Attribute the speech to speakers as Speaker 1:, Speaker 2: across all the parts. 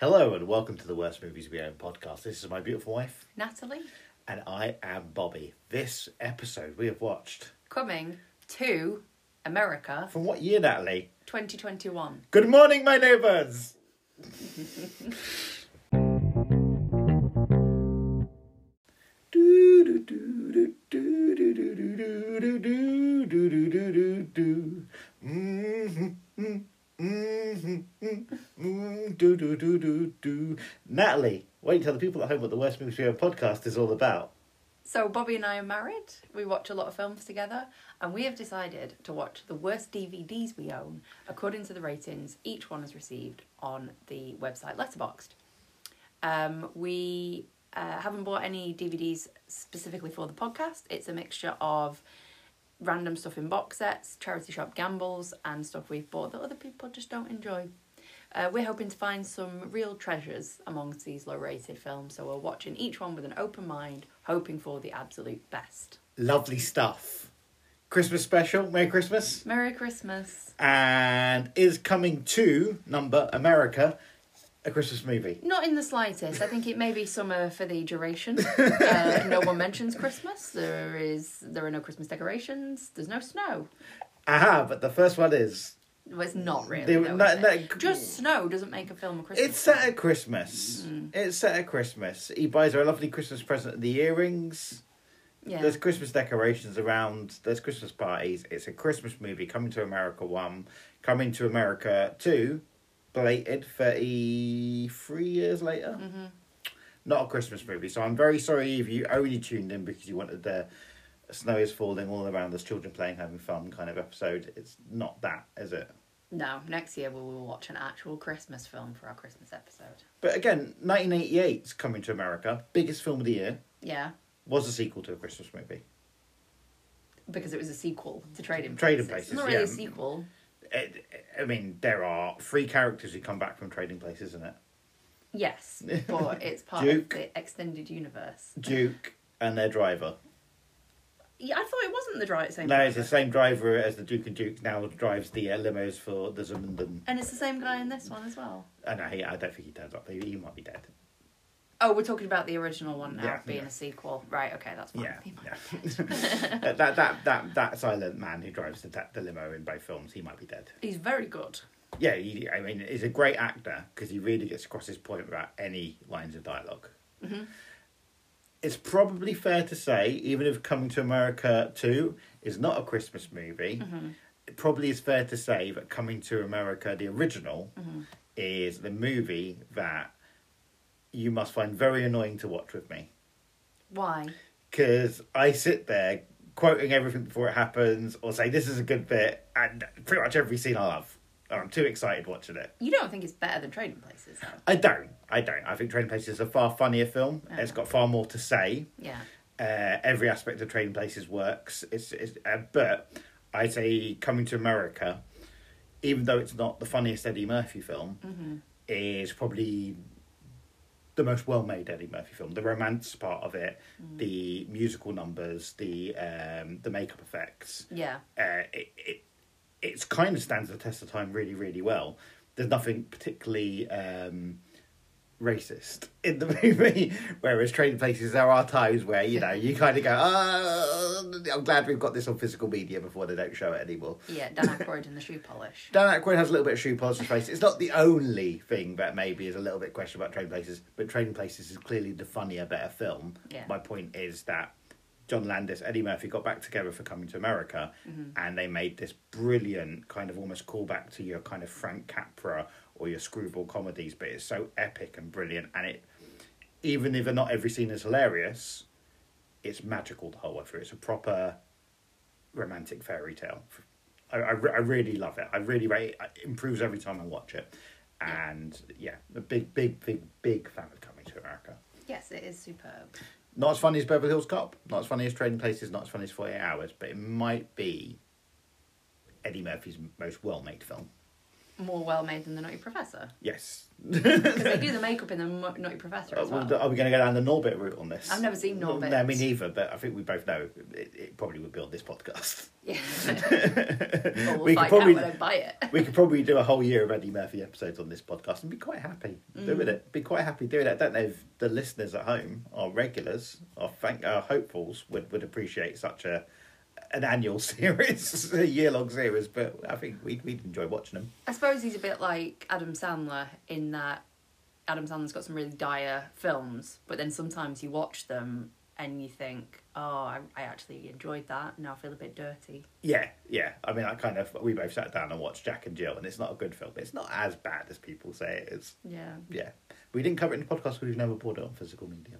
Speaker 1: Hello and welcome to the Worst Movies We Own podcast. This is my beautiful wife
Speaker 2: Natalie,
Speaker 1: and I am Bobby. This episode we have watched
Speaker 2: coming to America
Speaker 1: from what year, Natalie?
Speaker 2: 2021.
Speaker 1: Good morning, my neighbours. Natalie, why don't you tell the people at home what the Worst Movies We Own podcast is all about?
Speaker 2: So, Bobby and I are married, we watch a lot of films together, and we have decided to watch the worst DVDs we own according to the ratings each one has received on the website Letterboxd. Um, we uh, haven't bought any DVDs specifically for the podcast, it's a mixture of random stuff in box sets, charity shop gambles, and stuff we've bought that other people just don't enjoy. Uh, we're hoping to find some real treasures amongst these low rated films, so we're watching each one with an open mind, hoping for the absolute best.
Speaker 1: Lovely stuff. Christmas special, Merry Christmas.
Speaker 2: Merry Christmas.
Speaker 1: and is coming to number America, a Christmas movie.
Speaker 2: Not in the slightest. I think it may be summer for the duration. Uh, no one mentions Christmas. There is there are no Christmas decorations. There's no snow.
Speaker 1: Aha! But the first one is
Speaker 2: Well, it's not really.
Speaker 1: They-
Speaker 2: though,
Speaker 1: no-
Speaker 2: is it?
Speaker 1: no-
Speaker 2: Just snow doesn't make a film a Christmas.
Speaker 1: it's set at Christmas. It's set at Christmas. He buys her a lovely Christmas present: the earrings.
Speaker 2: yeah.
Speaker 1: There's Christmas decorations around. There's Christmas parties. It's a Christmas movie. Coming to America one, coming to America two, belated thirty three years later. Not a Christmas movie. So I'm very sorry if you only tuned in because you wanted the snow is falling all around. There's children playing, having fun kind of episode. It's not that, is it?
Speaker 2: No, next year we will watch an actual Christmas film for our Christmas episode.
Speaker 1: But again, 1988's Coming to America, biggest film of the year,
Speaker 2: Yeah,
Speaker 1: was a sequel to a Christmas movie.
Speaker 2: because it was a sequel to Trading
Speaker 1: Trading
Speaker 2: Places.
Speaker 1: Places,
Speaker 2: It's not really
Speaker 1: yeah.
Speaker 2: a sequel.
Speaker 1: It, I mean, there are three characters who come back from Trading Places, isn't it?
Speaker 2: Yes, but it's part
Speaker 1: Duke.
Speaker 2: of the extended universe.
Speaker 1: Duke and their driver.
Speaker 2: Yeah, I thought it wasn't the dry same.
Speaker 1: No, it's the
Speaker 2: driver.
Speaker 1: same driver as the Duke and Duke now drives the uh, limos for the Zumunden.
Speaker 2: and it's the same guy in this one as well.
Speaker 1: Oh, no, he, I don't think he turns up. He, he might be dead.
Speaker 2: Oh, we're talking about the original one now
Speaker 1: Yeah,
Speaker 2: being
Speaker 1: yeah.
Speaker 2: a sequel, right? Okay, that's fine.
Speaker 1: Yeah.
Speaker 2: He might-
Speaker 1: yeah. that, that, that, that, that silent man who drives the, the limo in both films, he might be dead.
Speaker 2: He's very good.
Speaker 1: Yeah, he, I mean, he's a great actor because he really gets across his point without any lines of dialog It's probably fair to say, even if Coming to America 2 is not a Christmas movie, it probably is fair to say that Coming to America, the original, is the movie that you must find very annoying to watch with me
Speaker 2: Why?
Speaker 1: because I sit there quoting everything before it happens or say this is a good bit and pretty much every scene I love. And I'm too excited watching it.
Speaker 2: You don't think it's better than Trading Places? Though?
Speaker 1: I don't. I don't. I think Trading Places is a far funnier film.
Speaker 2: Yeah.
Speaker 1: It's got far more to say.
Speaker 2: Yeah.
Speaker 1: Uh, every aspect of Trading Places works. It's, it's uh, but I say Coming to America, even though it's not the funniest Eddie Murphy film, is probably the most well-made Eddie Murphy film. The romance part of it, the musical numbers, the um, the makeup effects
Speaker 2: Yeah.
Speaker 1: uh, it, it it's kind of stands the test of time really really well. There's nothing particularly um, racist in the movie, whereas Trading Places there are times where you know you kind of go, oh, I'm glad we've got this on physical media before they don't show it anymore.
Speaker 2: Yeah. Dan Aykroyd and the shoe polish.
Speaker 1: Dan Aykroyd has a little bit of shoe polish on his face. It's not the only thing that maybe is a little bit questionable about Trading Places, but Trading Places is clearly the funnier, better film.
Speaker 2: Yeah.
Speaker 1: My point is that John Landis, Eddie Murphy got back together for Coming to America, and they made this brilliant kind of almost callback to your kind of Frank Capra or your screwball comedies, but it's so epic and brilliant, and it even if not every scene is hilarious, it's magical the whole way through. It's a proper romantic fairy tale. I, I, re- I really love it. I really rate it. It improves every time I watch it. And yeah, a big, big, big, big fan of Coming to America.
Speaker 2: Yes, it is superb.
Speaker 1: Not as funny as Beverly Hills Cop, not as funny as Trading Places, not as funny as 48 Hours, but it might be Eddie Murphy's most well made film.
Speaker 2: More well made than the Naughty Professor.
Speaker 1: Yes,
Speaker 2: Because they do the makeup in the Mo- Naughty Professor
Speaker 1: Uh,
Speaker 2: as well.
Speaker 1: well, Are we going to go down the Norbit route on this?
Speaker 2: I've never seen Norbit.
Speaker 1: No, me neither, but I think we both know it, it probably would be on this podcast.
Speaker 2: Yeah. Well, we'll
Speaker 1: We could
Speaker 2: find
Speaker 1: probably-
Speaker 2: out when I buy it.
Speaker 1: We could probably do a whole year of Eddie Murphy episodes on this podcast and be quite happy doing it. Be quite happy doing it. I don't know if the listeners at home, our regulars, our, thank, our hopefuls, would, would appreciate such a an annual series, a year long series, but I think we'd, we'd enjoy watching them.
Speaker 2: I suppose he's a bit like Adam Sandler in that Adam Sandler's got some really dire films, but then sometimes you watch them and you think, oh, I, I actually enjoyed that. Now I feel a bit dirty.
Speaker 1: Yeah, yeah. I mean, I kind of, we both sat down and watched Jack and Jill, and it's not a good film. It's not as bad as people say it is.
Speaker 2: Yeah.
Speaker 1: yeah. We didn't cover it in the podcast because we've never bought it on physical media.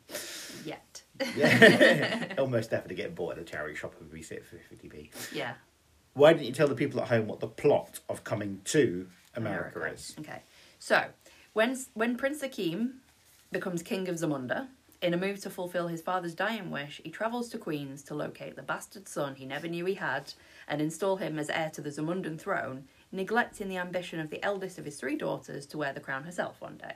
Speaker 2: Yet.
Speaker 1: Yeah. Almost definitely getting bought at a charity shop if we sit for 50p.
Speaker 2: yeah.
Speaker 1: Why didn't you tell the people at home what the plot of Coming to America, is?
Speaker 2: Okay. So, when when Prince Akeem becomes king of Zamunda, in a move to fulfill his father's dying wish, he travels to Queens to locate the bastard son he never knew he had and install him as heir to the Zamundan throne, neglecting the ambition of the eldest of his three daughters to wear the crown herself one day.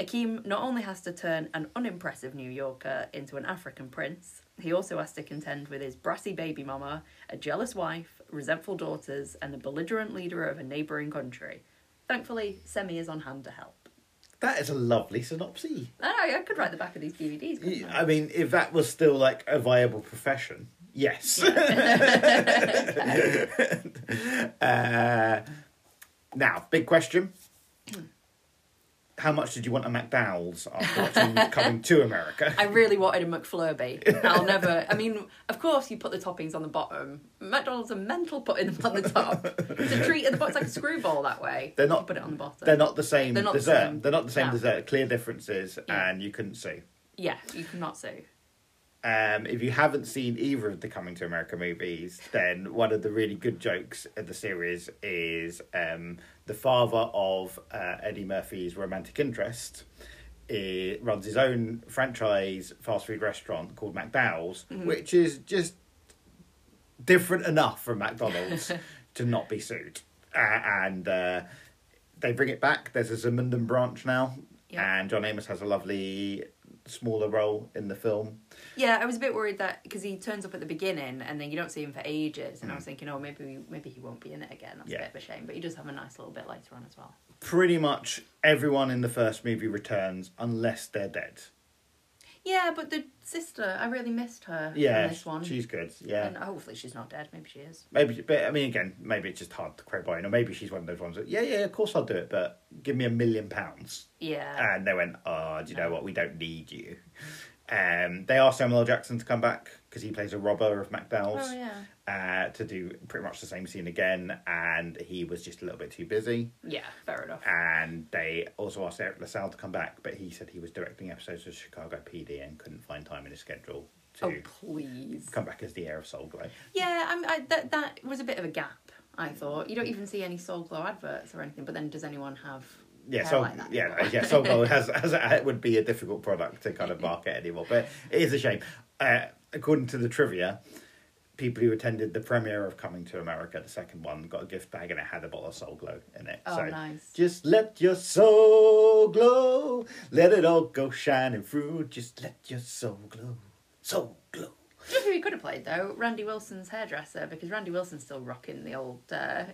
Speaker 2: Akeem not only has to turn an unimpressive New Yorker into an African prince, he also has to contend with his brassy baby mama, a jealous wife, resentful daughters, and the belligerent leader of a neighbouring country. Thankfully, Semi is on hand to help.
Speaker 1: That is a lovely synopsis.
Speaker 2: I know, I could write the back of these DVDs. couldn't I?
Speaker 1: I mean, if that was still like a viable profession, yes. uh, now, big question. How much did you want a McDowell's after watching Coming to America?
Speaker 2: I really wanted a McFlurby. I'll never. I mean, of course, you put the toppings on the bottom. McDonald's are mental putting them on the top. It's a treat at the bottom. It's like a screwball that way.
Speaker 1: They're not-
Speaker 2: You put it on the bottom.
Speaker 1: They're not the same
Speaker 2: They're not the
Speaker 1: dessert.
Speaker 2: same.
Speaker 1: They're not the same
Speaker 2: No.
Speaker 1: dessert. Clear differences,
Speaker 2: Yeah.
Speaker 1: and you couldn't see.
Speaker 2: Yeah, you cannot see.
Speaker 1: Um, if you haven't seen either of the Coming to America movies, then one of the really good jokes of the series is um, the father of uh, Eddie Murphy's romantic interest. It runs his own franchise fast food restaurant called McDowell's, which is just different enough from McDonald's to not be sued. Uh, and uh, they bring it back. There's a Zamundan branch now,
Speaker 2: Yeah.
Speaker 1: and John Amos has a lovely smaller role in the film.
Speaker 2: Yeah, I was a bit worried that because he turns up at the beginning and then you don't see him for ages, and I was thinking, oh, maybe maybe he won't be in it again. That's
Speaker 1: Mm. Yeah.
Speaker 2: a bit of a shame, but he does have a nice little bit later on as well.
Speaker 1: Pretty much everyone in the first movie returns unless they're dead.
Speaker 2: Yeah, but the sister, I really missed her
Speaker 1: Yeah,
Speaker 2: in this one.
Speaker 1: she's good. Yeah,
Speaker 2: And hopefully she's not dead. Maybe she is.
Speaker 1: maybe. But I mean, again, maybe it's just hard to credit in, or maybe she's one of those ones that yeah, yeah, of course I'll do it, but give me a million pounds.
Speaker 2: Yeah.
Speaker 1: And they went, oh, do you know
Speaker 2: No.
Speaker 1: what? We don't need you. Um, they asked Samuel L. Jackson to come back because he plays a robber of McDowell's.
Speaker 2: oh yeah.
Speaker 1: Uh, to do pretty much the same scene again, and he was just a little bit too busy.
Speaker 2: Yeah. Fair enough.
Speaker 1: Ah, And they also asked Eric LaSalle to come back, but he said he was directing episodes of Chicago PD and couldn't find time in his schedule to
Speaker 2: Oh please.
Speaker 1: come back as the heir of Soul Glow.
Speaker 2: Yeah, I'm, I, that that was a bit of a gap. I thought you don't even see any Soul Glow adverts or anything. But then, does anyone have?
Speaker 1: Yeah,
Speaker 2: hair
Speaker 1: Soul,
Speaker 2: like that
Speaker 1: yeah,
Speaker 2: anymore?
Speaker 1: yeah, Soul Glow has, has it would be a difficult product to kind of market anymore, but it is a shame. Uh, according to the trivia, people who attended the premiere of Coming to America, the second one, got a gift bag and it had a bottle of Soul Glow in it.
Speaker 2: Oh,
Speaker 1: so
Speaker 2: nice.
Speaker 1: Just let your soul glow. Let it all go shining through. Just let your soul glow. Soul glow.
Speaker 2: Do you know who he could have played though? Randy Wilson's hairdresser, because Randy Wilson's still rocking the old uh,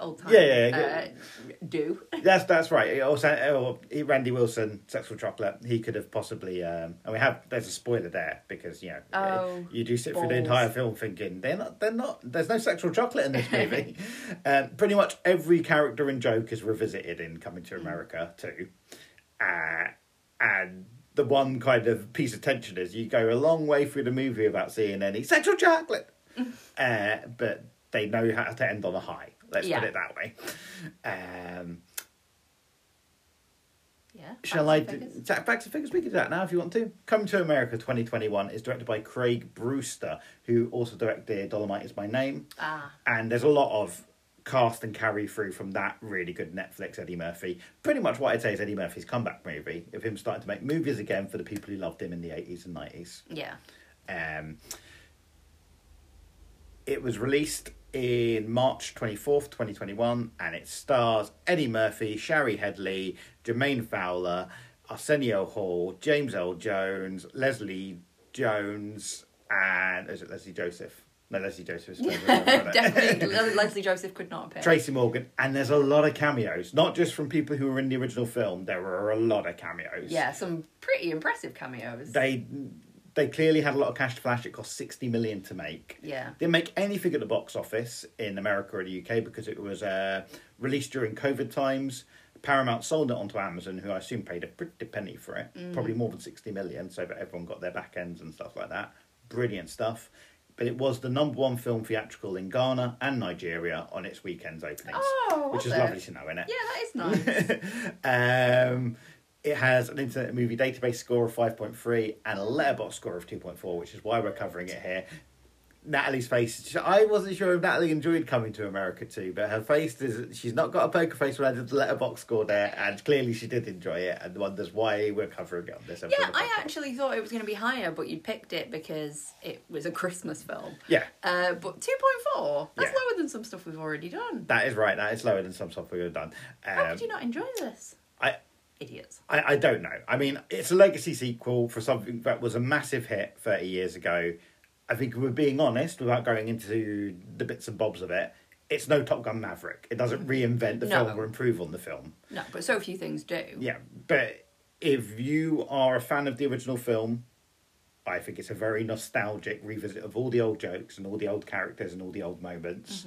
Speaker 2: old time.
Speaker 1: Yeah, yeah, yeah.
Speaker 2: Uh, do.
Speaker 1: That's that's right. It also, oh, he- Randy Wilson, sexual chocolate. He could have possibly. Um, and we have. There's a spoiler there because you know uh,
Speaker 2: Oh,
Speaker 1: you do sit through the
Speaker 2: balls.
Speaker 1: entire film thinking they're not. They're not. There's no sexual chocolate in this movie. um, pretty much every character and joke is revisited in Coming to America too, uh, and. The one kind of piece of tension is you go a long way through the movie about seeing any sexual chocolate, uh, but they know how to end on a high. Let's
Speaker 2: Yeah.
Speaker 1: put it that way. Um,
Speaker 2: Yeah.
Speaker 1: Shall I
Speaker 2: facts
Speaker 1: do
Speaker 2: and figures.
Speaker 1: Jack Facts and Figures? We can do that now if you want to. Coming to America 2021 is directed by Craig Brewster, who also directed Dolomite Is My Name.
Speaker 2: Ah.
Speaker 1: And there's a lot of cast and carry through from that really good Netflix Eddie Murphy. Pretty much what I'd say is Eddie Murphy's comeback movie of him starting to make movies again for the people who loved him in the 80s and 90s.
Speaker 2: Yeah.
Speaker 1: Um, it was released in March 24th, 2021, and it stars Eddie Murphy, Shari Headley, Jermaine Fowler, Arsenio Hall, James L. Jones, Leslie Jones, and is it Leslie Joseph? No, Leslie Joseph.
Speaker 2: Definitely, Le- Leslie Joseph could not appear.
Speaker 1: Tracy Morgan, and there's a lot of cameos, not just from people who were in the original film. There were a lot of cameos.
Speaker 2: yeah, some pretty impressive cameos.
Speaker 1: They they clearly had a lot of cash to flash. It cost sixty million to make.
Speaker 2: Yeah.
Speaker 1: Didn't make anything at the box office in America or the UK because it was uh, released during COVID times. Paramount sold it onto Amazon, who I assume paid a pretty penny for it,
Speaker 2: Mm.
Speaker 1: probably more than sixty million, so that everyone got their back ends and stuff like that. Brilliant stuff. But it was the number one film theatrical in Ghana and Nigeria on its weekend's openings,
Speaker 2: Oh,
Speaker 1: which is
Speaker 2: was it?
Speaker 1: lovely to know, isn't it?
Speaker 2: yeah, that is nice.
Speaker 1: Um, it has an internet movie database score of 5.3 and a letterbox score of 2.4, which is why we're covering it here. Natalie's face, she- I wasn't sure if Natalie enjoyed coming to America too, but her face is, she's not got a poker face when I did the letterbox score there, and clearly she did enjoy it and wonders why we're covering it on this episode.
Speaker 2: yeah,
Speaker 1: of
Speaker 2: I
Speaker 1: podcast.
Speaker 2: actually thought it was going to be higher, but you picked it because it was a Christmas film.
Speaker 1: Yeah,
Speaker 2: Uh, but 2.4, that's
Speaker 1: Yeah.
Speaker 2: lower than some stuff we've already done.
Speaker 1: that is right. That is lower than some stuff we've done.
Speaker 2: How
Speaker 1: Um,
Speaker 2: could you not enjoy this?
Speaker 1: I,
Speaker 2: Idiots.
Speaker 1: I, I don't know. I mean, it's a legacy sequel for something that was a massive hit 30 years ago. I think if we're being honest without going into the bits and bobs of it. It's no Top Gun Maverick. It doesn't reinvent the
Speaker 2: No.
Speaker 1: film or improve on the film.
Speaker 2: No, but so few things do.
Speaker 1: Yeah, but if you are a fan of the original film, I think it's a very nostalgic revisit of all the old jokes and all the old characters and all the old moments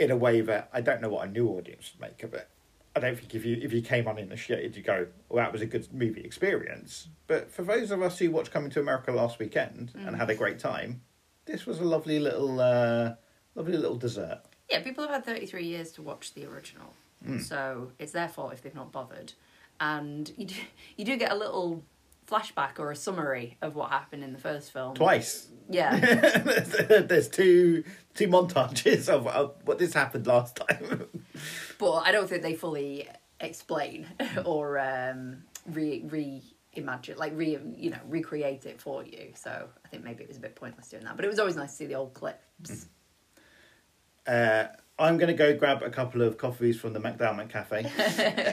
Speaker 1: in a way that I don't know what a new audience would make of it. I don't think if you if you came on in the shade, you go, well, that was a good movie experience. But for those of us who watched Coming to America last weekend and had a great time, this was a lovely little, uh, lovely little dessert.
Speaker 2: Yeah, people have had 33 years to watch the original. So it's their fault if they've not bothered. And you do, you do get a little flashback or a summary of what happened in the first film.
Speaker 1: Twice.
Speaker 2: Yeah.
Speaker 1: There's two two montages of, of what this happened last time.
Speaker 2: but I don't think they fully explain or um, re reimagine, like re you know recreate it for you. So I think maybe it was a bit pointless doing that. But it was always nice to see the old clips.
Speaker 1: Uh, I'm going to go grab a couple of coffees from the McDowman Cafe.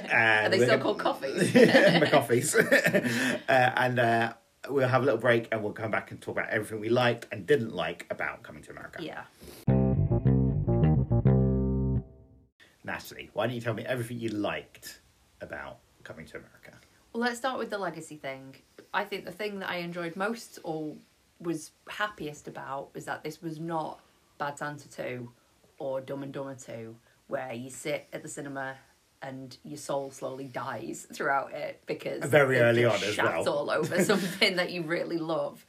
Speaker 1: and
Speaker 2: Are they
Speaker 1: we're
Speaker 2: still
Speaker 1: gonna-
Speaker 2: called coffees?
Speaker 1: McCoffees. uh, and uh, we'll have a little break and we'll come back and talk about everything we liked and didn't like about coming to America.
Speaker 2: yeah.
Speaker 1: Natalie, why don't you tell me everything you liked about coming to America?
Speaker 2: Well, let's start with the legacy thing. I think the thing that I enjoyed most or was happiest about is that this was not Bad Santa 2 or Dumb and Dumber 2, where you sit at the cinema and your soul slowly dies throughout it because
Speaker 1: Very
Speaker 2: they've
Speaker 1: early
Speaker 2: just
Speaker 1: on as
Speaker 2: shat
Speaker 1: well.
Speaker 2: all over something that you really love.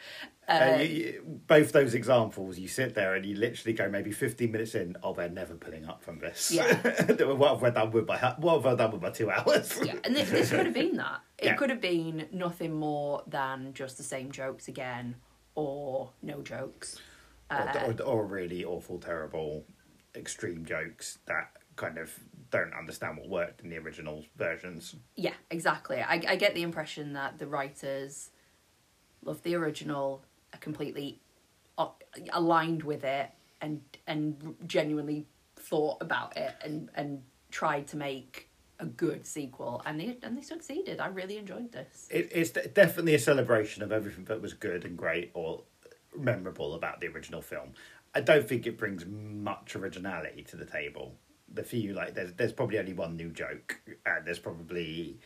Speaker 2: Um,
Speaker 1: Uh, you, you- both those examples, you sit there and you literally go maybe 15 minutes in, oh, they're never pulling up from this.
Speaker 2: Yeah.
Speaker 1: what have I done with my, what have I done with my two hours?
Speaker 2: yeah, and this, this could have been that. It
Speaker 1: Yeah.
Speaker 2: could have been nothing more than just the same jokes again or no jokes. Uh,
Speaker 1: or, or, or really awful, terrible, extreme jokes that kind of don't understand what worked in the original versions.
Speaker 2: Yeah, exactly. I, I get the impression that the writers loved the original, are completely o- aligned with it, and and genuinely thought about it and and tried to make a good sequel, and they and they succeeded. I really enjoyed this.
Speaker 1: It, it's de- definitely a celebration of everything that was good and great or memorable about the original film. I don't think it brings much originality to the table. The few like there's there's probably only one new joke and there's probably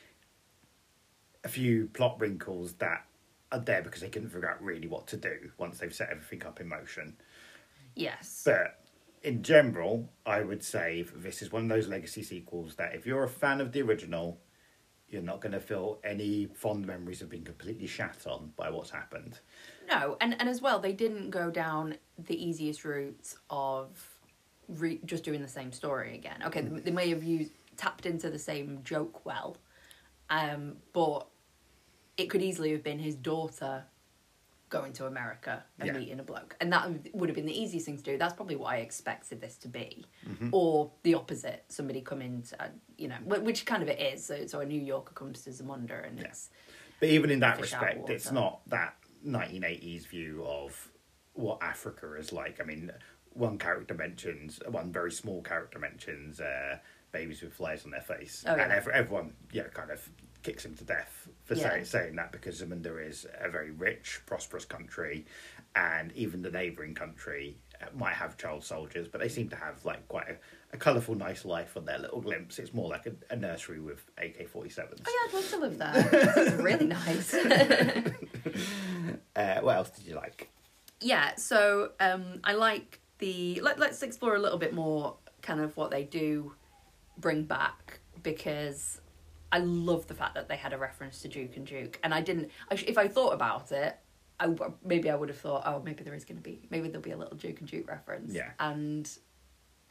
Speaker 1: a few plot wrinkles that are there because they couldn't figure out really what to do once they've set everything up in motion.
Speaker 2: Yes.
Speaker 1: But in general, I would say that this is one of those legacy sequels that if you're a fan of the original, you're not going to feel any fond memories of being completely shat on by what's happened.
Speaker 2: No, and, and as well, they didn't go down the easiest routes of re- just doing the same story again. Okay, they, they may have used tapped into the same joke well, um, but it could easily have been his daughter going to America and
Speaker 1: Yeah.
Speaker 2: meeting a bloke, and that would have been the easiest thing to do. That's probably what I expected this to be, or the opposite: somebody coming to, uh, you know, wh- which kind of it is. So, so a New Yorker comes to Zamunda, and it's
Speaker 1: But even in that
Speaker 2: Fish out of
Speaker 1: respect, it's
Speaker 2: water.
Speaker 1: not that 1980s view of what Africa is like. I mean, one character mentions one very small character mentions uh, babies with flies on their face,
Speaker 2: Oh,
Speaker 1: and
Speaker 2: yeah.
Speaker 1: ev- everyone yeah kind of kicks him to death for
Speaker 2: Yeah.
Speaker 1: say, saying that because Zamunda is a very rich, prosperous country, and even the neighbouring country uh, might have child soldiers, but they seem to have like quite a, a colourful, nice life on their little glimpse. It's more like a, a nursery with AK forty sevens.
Speaker 2: Oh yeah, I'd love to live there. It's really nice.
Speaker 1: Uh, what else did you like?
Speaker 2: yeah so um i like the let, let's explore a little bit more kind of what they do bring back because i love the fact that they had a reference to duke and duke and i didn't I sh- if i thought about it I, w- maybe i would have thought oh maybe there is going to be maybe there'll be a little duke and duke reference
Speaker 1: Yeah.
Speaker 2: and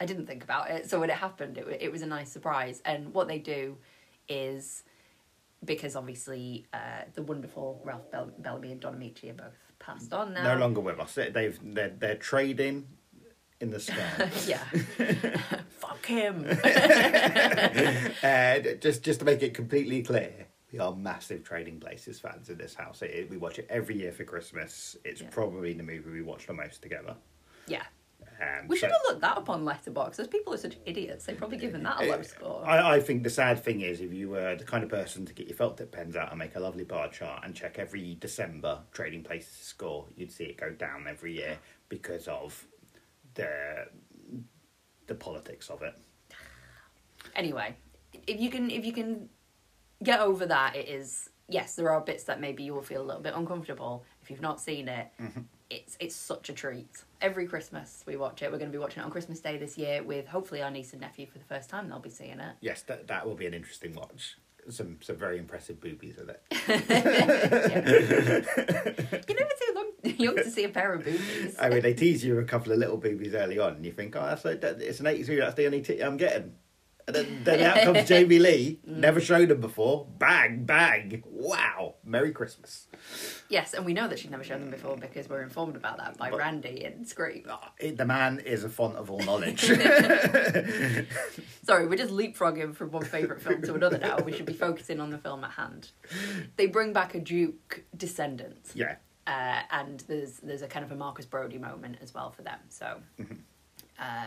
Speaker 2: i didn't think about it so when it happened it, wa- it was a nice surprise and what they do is because obviously uh, the wonderful Ralph Bell- Bellamy and Don Amici are both passed on now.
Speaker 1: No longer with us. They- They've they're, they're trading in the sky.
Speaker 2: Yeah. Fuck him.
Speaker 1: uh, just just to make it completely clear, we are massive Trading Places fans in this house. It, it- we watch it every year for Christmas. It's
Speaker 2: Yeah.
Speaker 1: probably the movie we watch the most together.
Speaker 2: Yeah.
Speaker 1: Um,
Speaker 2: We
Speaker 1: so-
Speaker 2: should have looked that up on Letterboxd. Those people are such idiots. They've probably given that a low score.
Speaker 1: Eh, I, I think the sad thing is, if you were the kind of person to get your felt tip pens out and make a lovely bar chart and check every December Trading Places score, you'd see it go down every year because of the the politics of it.
Speaker 2: Anyway, if you can if you can get over that, it is yes, there are bits that maybe you will feel a little bit uncomfortable if you've not seen it.
Speaker 1: Mm-hmm.
Speaker 2: It's it's such a treat. Every Christmas we watch it. We're going to be watching it on Christmas Day this year with hopefully our niece and nephew for the first time. They'll be seeing it.
Speaker 1: Yes, that that will be an interesting watch. Some some very impressive boobies in it.
Speaker 2: You're never too long, young to see a pair of boobies.
Speaker 1: I mean, they tease you with a couple of little boobies early on, and you think, oh, that's a, that, it's an 83, that's the only tit I'm getting. And then, then out comes Jamie Lee, never showed them before. Bang, bang. Wow. Merry Christmas.
Speaker 2: Yes, and we know that she'd never shown them before because we're informed about that by
Speaker 1: But-
Speaker 2: Randy and Scream.
Speaker 1: Ah, it- the man is a font of all knowledge.
Speaker 2: Sorry, we're just leapfrogging from one favourite film to another now. We should be focusing on the film at hand. They bring back a Duke descendant,
Speaker 1: yeah.
Speaker 2: uh, and there's there's a kind of a Marcus Brody moment as well for them. So, uh,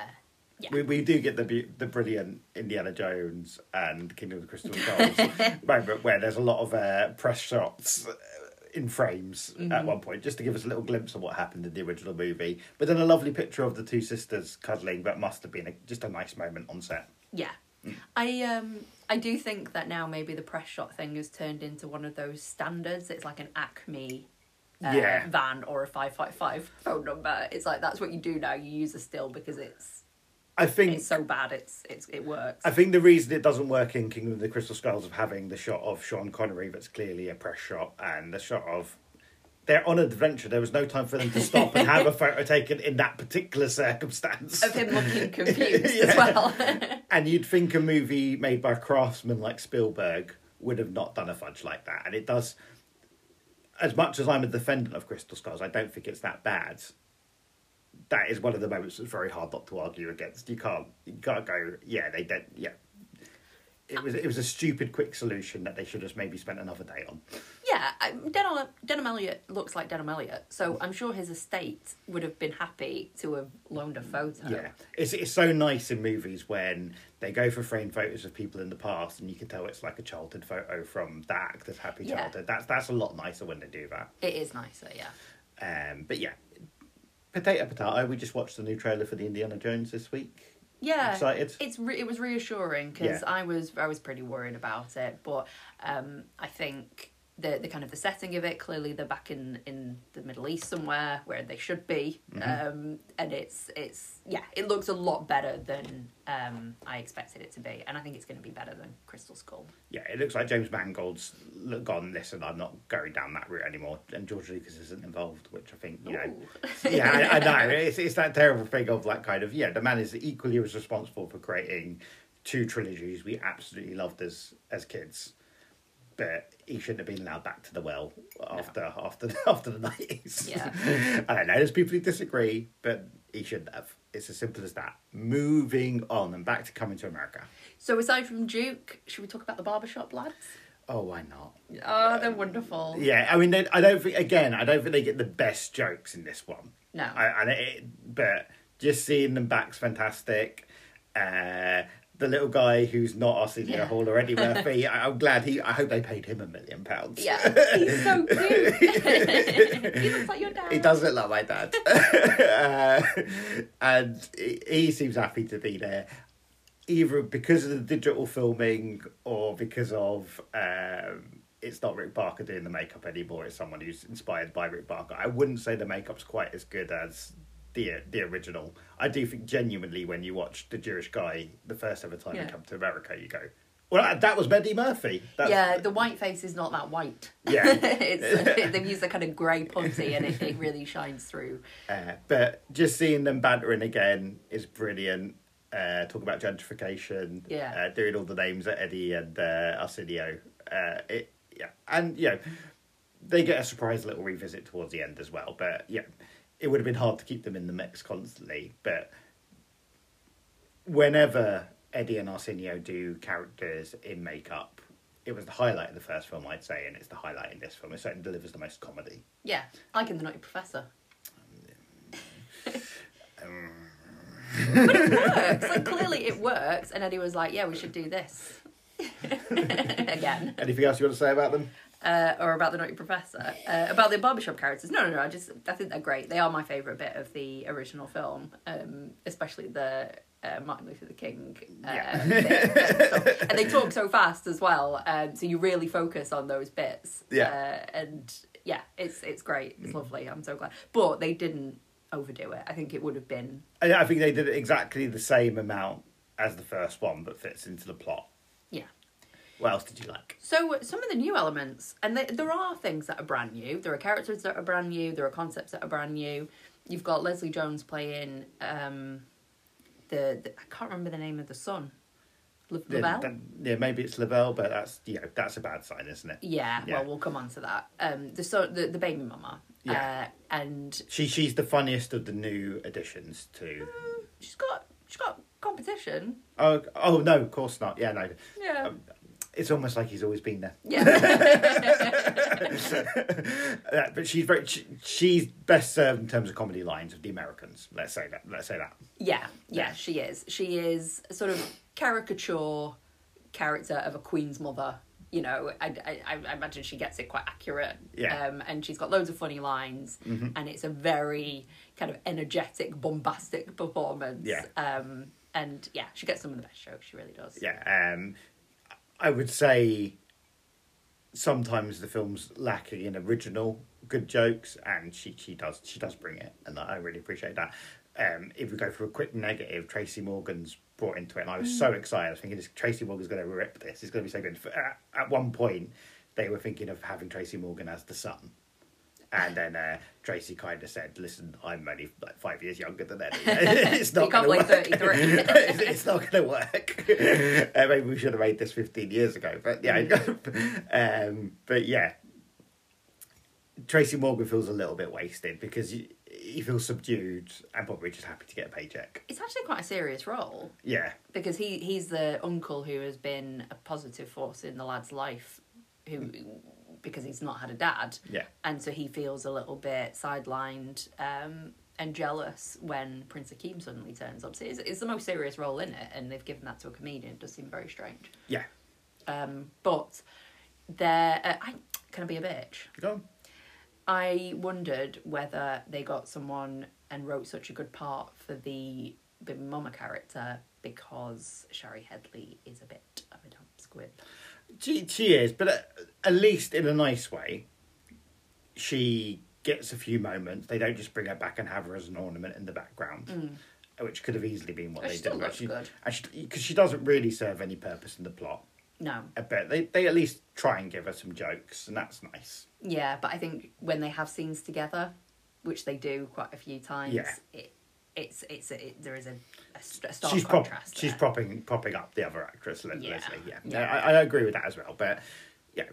Speaker 2: yeah,
Speaker 1: We, we do get the bu- the brilliant Indiana Jones and Kingdom of the Crystal Skulls moment where there's a lot of uh, press shots uh, in frames
Speaker 2: Mm-hmm.
Speaker 1: at one point just to give us a little glimpse of what happened in the original movie. But then a lovely picture of the two sisters cuddling that must have been a, just a nice moment on set.
Speaker 2: yeah. I um I do think that now maybe the press shot thing has turned into one of those standards. It's like an Acme. Uh,
Speaker 1: Yeah.
Speaker 2: van or a 555 phone number it's like that's what you do now you use a still because it's
Speaker 1: I think
Speaker 2: it's so bad it's it's it works
Speaker 1: I think the reason it doesn't work in Kingdom of the Crystal Skulls of having the shot of Sean Connery that's clearly a press shot and the shot of they're on an adventure. There was no time for them to stop and have a photo taken in that particular circumstance.
Speaker 2: of him looking confused
Speaker 1: Yeah.
Speaker 2: as well.
Speaker 1: And you'd think a movie made by a craftsman like Spielberg would have not done a fudge like that. And it does, as much as I'm a defendant of Crystal Skulls, I don't think it's that bad. That is one of the moments that's very hard not to argue against. You can't, you can't go, yeah, they did, yeah. It was it was a stupid quick solution that they should have maybe spent another day on.
Speaker 2: yeah, I- Denham, Denham Elliot looks like Denham Elliot, so I'm sure his estate would have been happy to have loaned a photo.
Speaker 1: Yeah, it's it's so nice in movies when they go for framed photos of people in the past, and you can tell it's like a childhood photo from that actor's happy
Speaker 2: Yeah.
Speaker 1: childhood. That's that's a lot nicer when they do that.
Speaker 2: It is nicer, yeah.
Speaker 1: Um, but yeah, potato potato. We just watched the new trailer for the Indiana Jones this week.
Speaker 2: Yeah,
Speaker 1: Excited?
Speaker 2: It's re- it was reassuring because
Speaker 1: Yeah.
Speaker 2: I was I was pretty worried about it, but um, I think the the kind of the setting of it clearly they're back in in the Middle East somewhere where they should be, um, and it's it's yeah it looks a lot better than um, I expected it to be, and I think it's going to be better than Crystal Skull.
Speaker 1: Yeah, it looks like James Mangold's look, gone. Listen, I'm not going down that route anymore, and George Lucas isn't involved, which I think you know. yeah, I, I know. It's it's that terrible thing of like kind of yeah, the man is equally as responsible for creating two trilogies we absolutely loved as as kids, but he shouldn't have been allowed back to the well after after after the nineties.
Speaker 2: Yeah.
Speaker 1: I don't know. There's people who disagree, but he shouldn't have. It's as simple as that. Moving on and back to coming to America.
Speaker 2: So aside from Duke, should we talk about the barbershop lads?
Speaker 1: Oh, why not?
Speaker 2: Oh, they're wonderful.
Speaker 1: Yeah, I mean, they, I don't think again. I don't think they get the best jokes in this one.
Speaker 2: No.
Speaker 1: I, and it, but just seeing them back's fantastic. Uh, the little guy who's not Arsenio
Speaker 2: Yeah.
Speaker 1: Hall or Eddie Murphy, I, I'm glad he. I hope they paid him a million pounds.
Speaker 2: Yeah, he's so cute. he looks like your dad.
Speaker 1: He does look like my dad. uh, and he, he seems happy to be there, either because of the digital filming or because of um, it's not Rick Barker doing the makeup anymore. It's someone who's inspired by Rick Barker. I wouldn't say the makeup's quite as good as the the original. I do think genuinely when you watch the Jewish guy the first ever time
Speaker 2: Yeah.
Speaker 1: you come to America, you go, "Well, that was Betty Murphy." That's,
Speaker 2: yeah, the white face is not that white.
Speaker 1: yeah.
Speaker 2: it's, they've used a kind of grey punty and it, it really shines through.
Speaker 1: Uh, but just seeing them bantering again is brilliant. Uh, talking about gentrification,
Speaker 2: Yeah.
Speaker 1: uh, doing all the names that Eddie and uh, Arsenio, uh, it, yeah, and you know, they get a surprise little revisit towards the end as well. But yeah, it would have been hard to keep them in the mix constantly. But whenever Eddie and Arsenio do characters in makeup, it was the highlight of the first film, I'd say, and it's the highlight in this film. It certainly delivers the most comedy.
Speaker 2: Yeah, like in The Naughty Professor. Um. but it works. Like, clearly it works. And Eddie was like, yeah, we should do this. Again.
Speaker 1: Anything else you want to say about them?
Speaker 2: uh, or about the Naughty Professor, uh, about the barbershop characters. No, no, no. I just I think they're great. They are my favourite bit of the original film, um, especially the uh, Martin Luther the King. Uh,
Speaker 1: Yeah.
Speaker 2: bit and, stuff. and they talk so fast as well, um, so you really focus on those bits.
Speaker 1: Yeah.
Speaker 2: uh, and yeah, it's it's great. It's lovely. I'm so glad. But they didn't overdo it. I think it would have been
Speaker 1: I I think they did exactly the same amount as the first one, but fits into the plot.
Speaker 2: yeah.
Speaker 1: What else did you like?
Speaker 2: So some of the new elements, and th there are things that are brand new. There are characters that are brand new. There are concepts that are brand new. You've got Leslie Jones playing um, the, the I can't remember the name of the son, La-
Speaker 1: Yeah,
Speaker 2: Lavelle.
Speaker 1: that- yeah, maybe it's Lavelle, but that's you know that's a bad sign, isn't it?
Speaker 2: yeah,
Speaker 1: Yeah.
Speaker 2: well, we'll come on to that. Um, the son, the, the baby mama.
Speaker 1: Yeah.
Speaker 2: Uh, and
Speaker 1: She she's the funniest of the new additions to.
Speaker 2: she's got she's got competition.
Speaker 1: Oh oh no, of course not. Yeah no,
Speaker 2: Yeah.
Speaker 1: Um, it's almost like he's always been there.
Speaker 2: yeah.
Speaker 1: Uh, but she's very she, she's best served in terms of comedy lines of the Americans. Let's say that. Let's say that.
Speaker 2: Yeah, yeah, she is. She is a sort of caricature character of a queen's mother. You know, I, I, I imagine she gets it quite accurate.
Speaker 1: Yeah. Mm-hmm.
Speaker 2: Um, and she's got loads of funny lines, and it's a very kind of energetic, bombastic performance.
Speaker 1: Yeah.
Speaker 2: Um, and yeah, she gets some of the best jokes. She really does.
Speaker 1: yeah um i would say sometimes the film's lacking in original good jokes and she she does she does bring it and i really appreciate that um if we go for a quick negative tracy morgan's brought into it and i was so excited i was thinking this tracy morgan's going to rip this it's going to be so good F- at- at one point they were thinking of having tracy morgan as the son and then uh, Tracy kind of said, "Listen, I'm only like five years younger than Eddie. it's not
Speaker 2: You can't
Speaker 1: gonna
Speaker 2: play
Speaker 1: work."
Speaker 2: 33.
Speaker 1: it's, it's not going to work. Uh, maybe we should have made this 15 years ago, but yeah.
Speaker 2: Mm.
Speaker 1: um, but yeah, Tracy Morgan feels a little bit wasted because he, he feels subdued and probably just happy to get a paycheck.
Speaker 2: It's actually quite a serious role.
Speaker 1: Yeah,
Speaker 2: because he he's the uncle who has been a positive force in the lad's life who because he's not had a dad
Speaker 1: Yeah.
Speaker 2: and so he feels a little bit sidelined um and jealous when Prince Akeem suddenly turns up. So it's, it's the most serious role in it, and they've given that to a comedian. It does seem very strange.
Speaker 1: yeah.
Speaker 2: Um, but there, uh, I can I be a bitch?
Speaker 1: Go on.
Speaker 2: I wondered whether they got someone and wrote such a good part for the Baby Mama character because Shari Headley is a bit of a dumb squib.
Speaker 1: She, she is, but at, at least in a nice way, she gets a few moments. They don't just bring her back and have her as an ornament in the background, which could have easily been what
Speaker 2: Mm.
Speaker 1: they
Speaker 2: But she
Speaker 1: did.
Speaker 2: still
Speaker 1: but
Speaker 2: looks good.
Speaker 1: And she, because she doesn't really serve any purpose in the plot.
Speaker 2: No.
Speaker 1: I bet they, they at least try and give her some jokes, and that's nice.
Speaker 2: Yeah, but I think when they have scenes together, which they do quite a few times,
Speaker 1: Yeah.
Speaker 2: it, it's it's it, there is a, a st- a stark
Speaker 1: she's prop,
Speaker 2: contrast.
Speaker 1: she's
Speaker 2: there.
Speaker 1: propping propping up the other actress, Le-
Speaker 2: Yeah.
Speaker 1: Leslie. Yeah,
Speaker 2: Yeah.
Speaker 1: I, I agree with that as well. But yeah,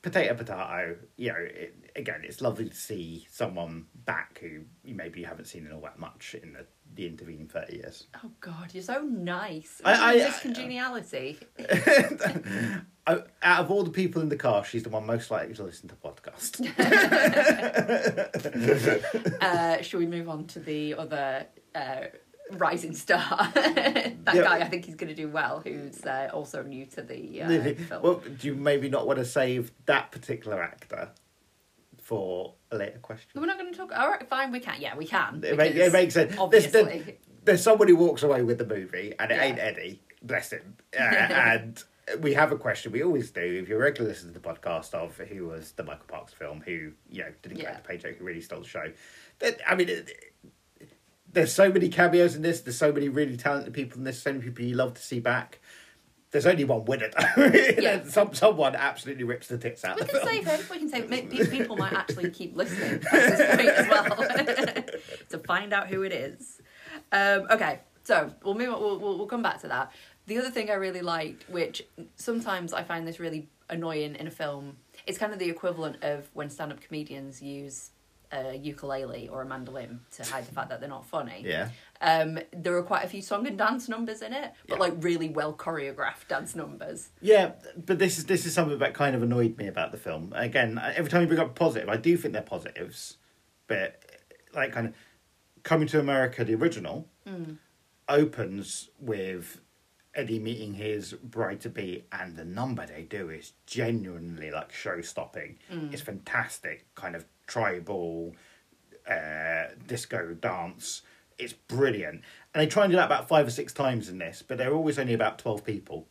Speaker 1: potato potato you know it, again it's lovely to see someone back who you maybe haven't seen in all that much in the, the intervening 30 years
Speaker 2: Oh God, you're so nice.
Speaker 1: I- I- uh,
Speaker 2: this
Speaker 1: I-
Speaker 2: congeniality.
Speaker 1: I, Oh, out of all the people in the car she's the one most likely to listen to podcast
Speaker 2: uh, should we move on to the other uh, rising star? that
Speaker 1: Yeah.
Speaker 2: guy, I think he's going to do well. Who's uh, also new to the uh, film.
Speaker 1: well do you maybe not want to save that particular actor for a later question
Speaker 2: We're not going to talk. All right, fine. We can. Yeah, we can.
Speaker 1: it, make,
Speaker 2: because
Speaker 1: it makes sense there's,
Speaker 2: Obviously.
Speaker 1: there- there's someone who walks away with the movie and it
Speaker 2: Yeah.
Speaker 1: ain't eddie bless him uh, and we have a question we always do if you're a regular listener to the podcast of who was the michael parks film who you know didn't
Speaker 2: Yeah.
Speaker 1: get the paycheck who really stole the show that i mean it, there's so many cameos in this there's so many really talented people in this so many people you love to see back there's only one winner though
Speaker 2: Yeah.
Speaker 1: Some, someone absolutely rips the tits out
Speaker 2: we
Speaker 1: of the
Speaker 2: can
Speaker 1: film
Speaker 2: save him. We can save. may- pe- People might actually keep listening at this point as well to find out who it is. Um, okay, so we'll move. On, we'll, we'll we'll come back to that. The other thing I really liked, which sometimes I find this really annoying in a film, it's kind of the equivalent of when stand-up comedians use a ukulele or a mandolin to hide the fact that they're not funny.
Speaker 1: yeah
Speaker 2: Um, there are quite a few song and dance numbers in it, but
Speaker 1: Yeah.
Speaker 2: like really well choreographed dance numbers.
Speaker 1: Yeah, but this is this is something that kind of annoyed me about the film. Again, I- every time you bring up positive, I do think they're positives, but like kind of coming to America, the original opens with Eddie meeting his bride to be, and the number they do is genuinely like show stopping.
Speaker 2: Mm.
Speaker 1: It's fantastic, kind of tribal uh, disco dance. It's brilliant, and they try and do that about five or six times in this, but they're always only about twelve people.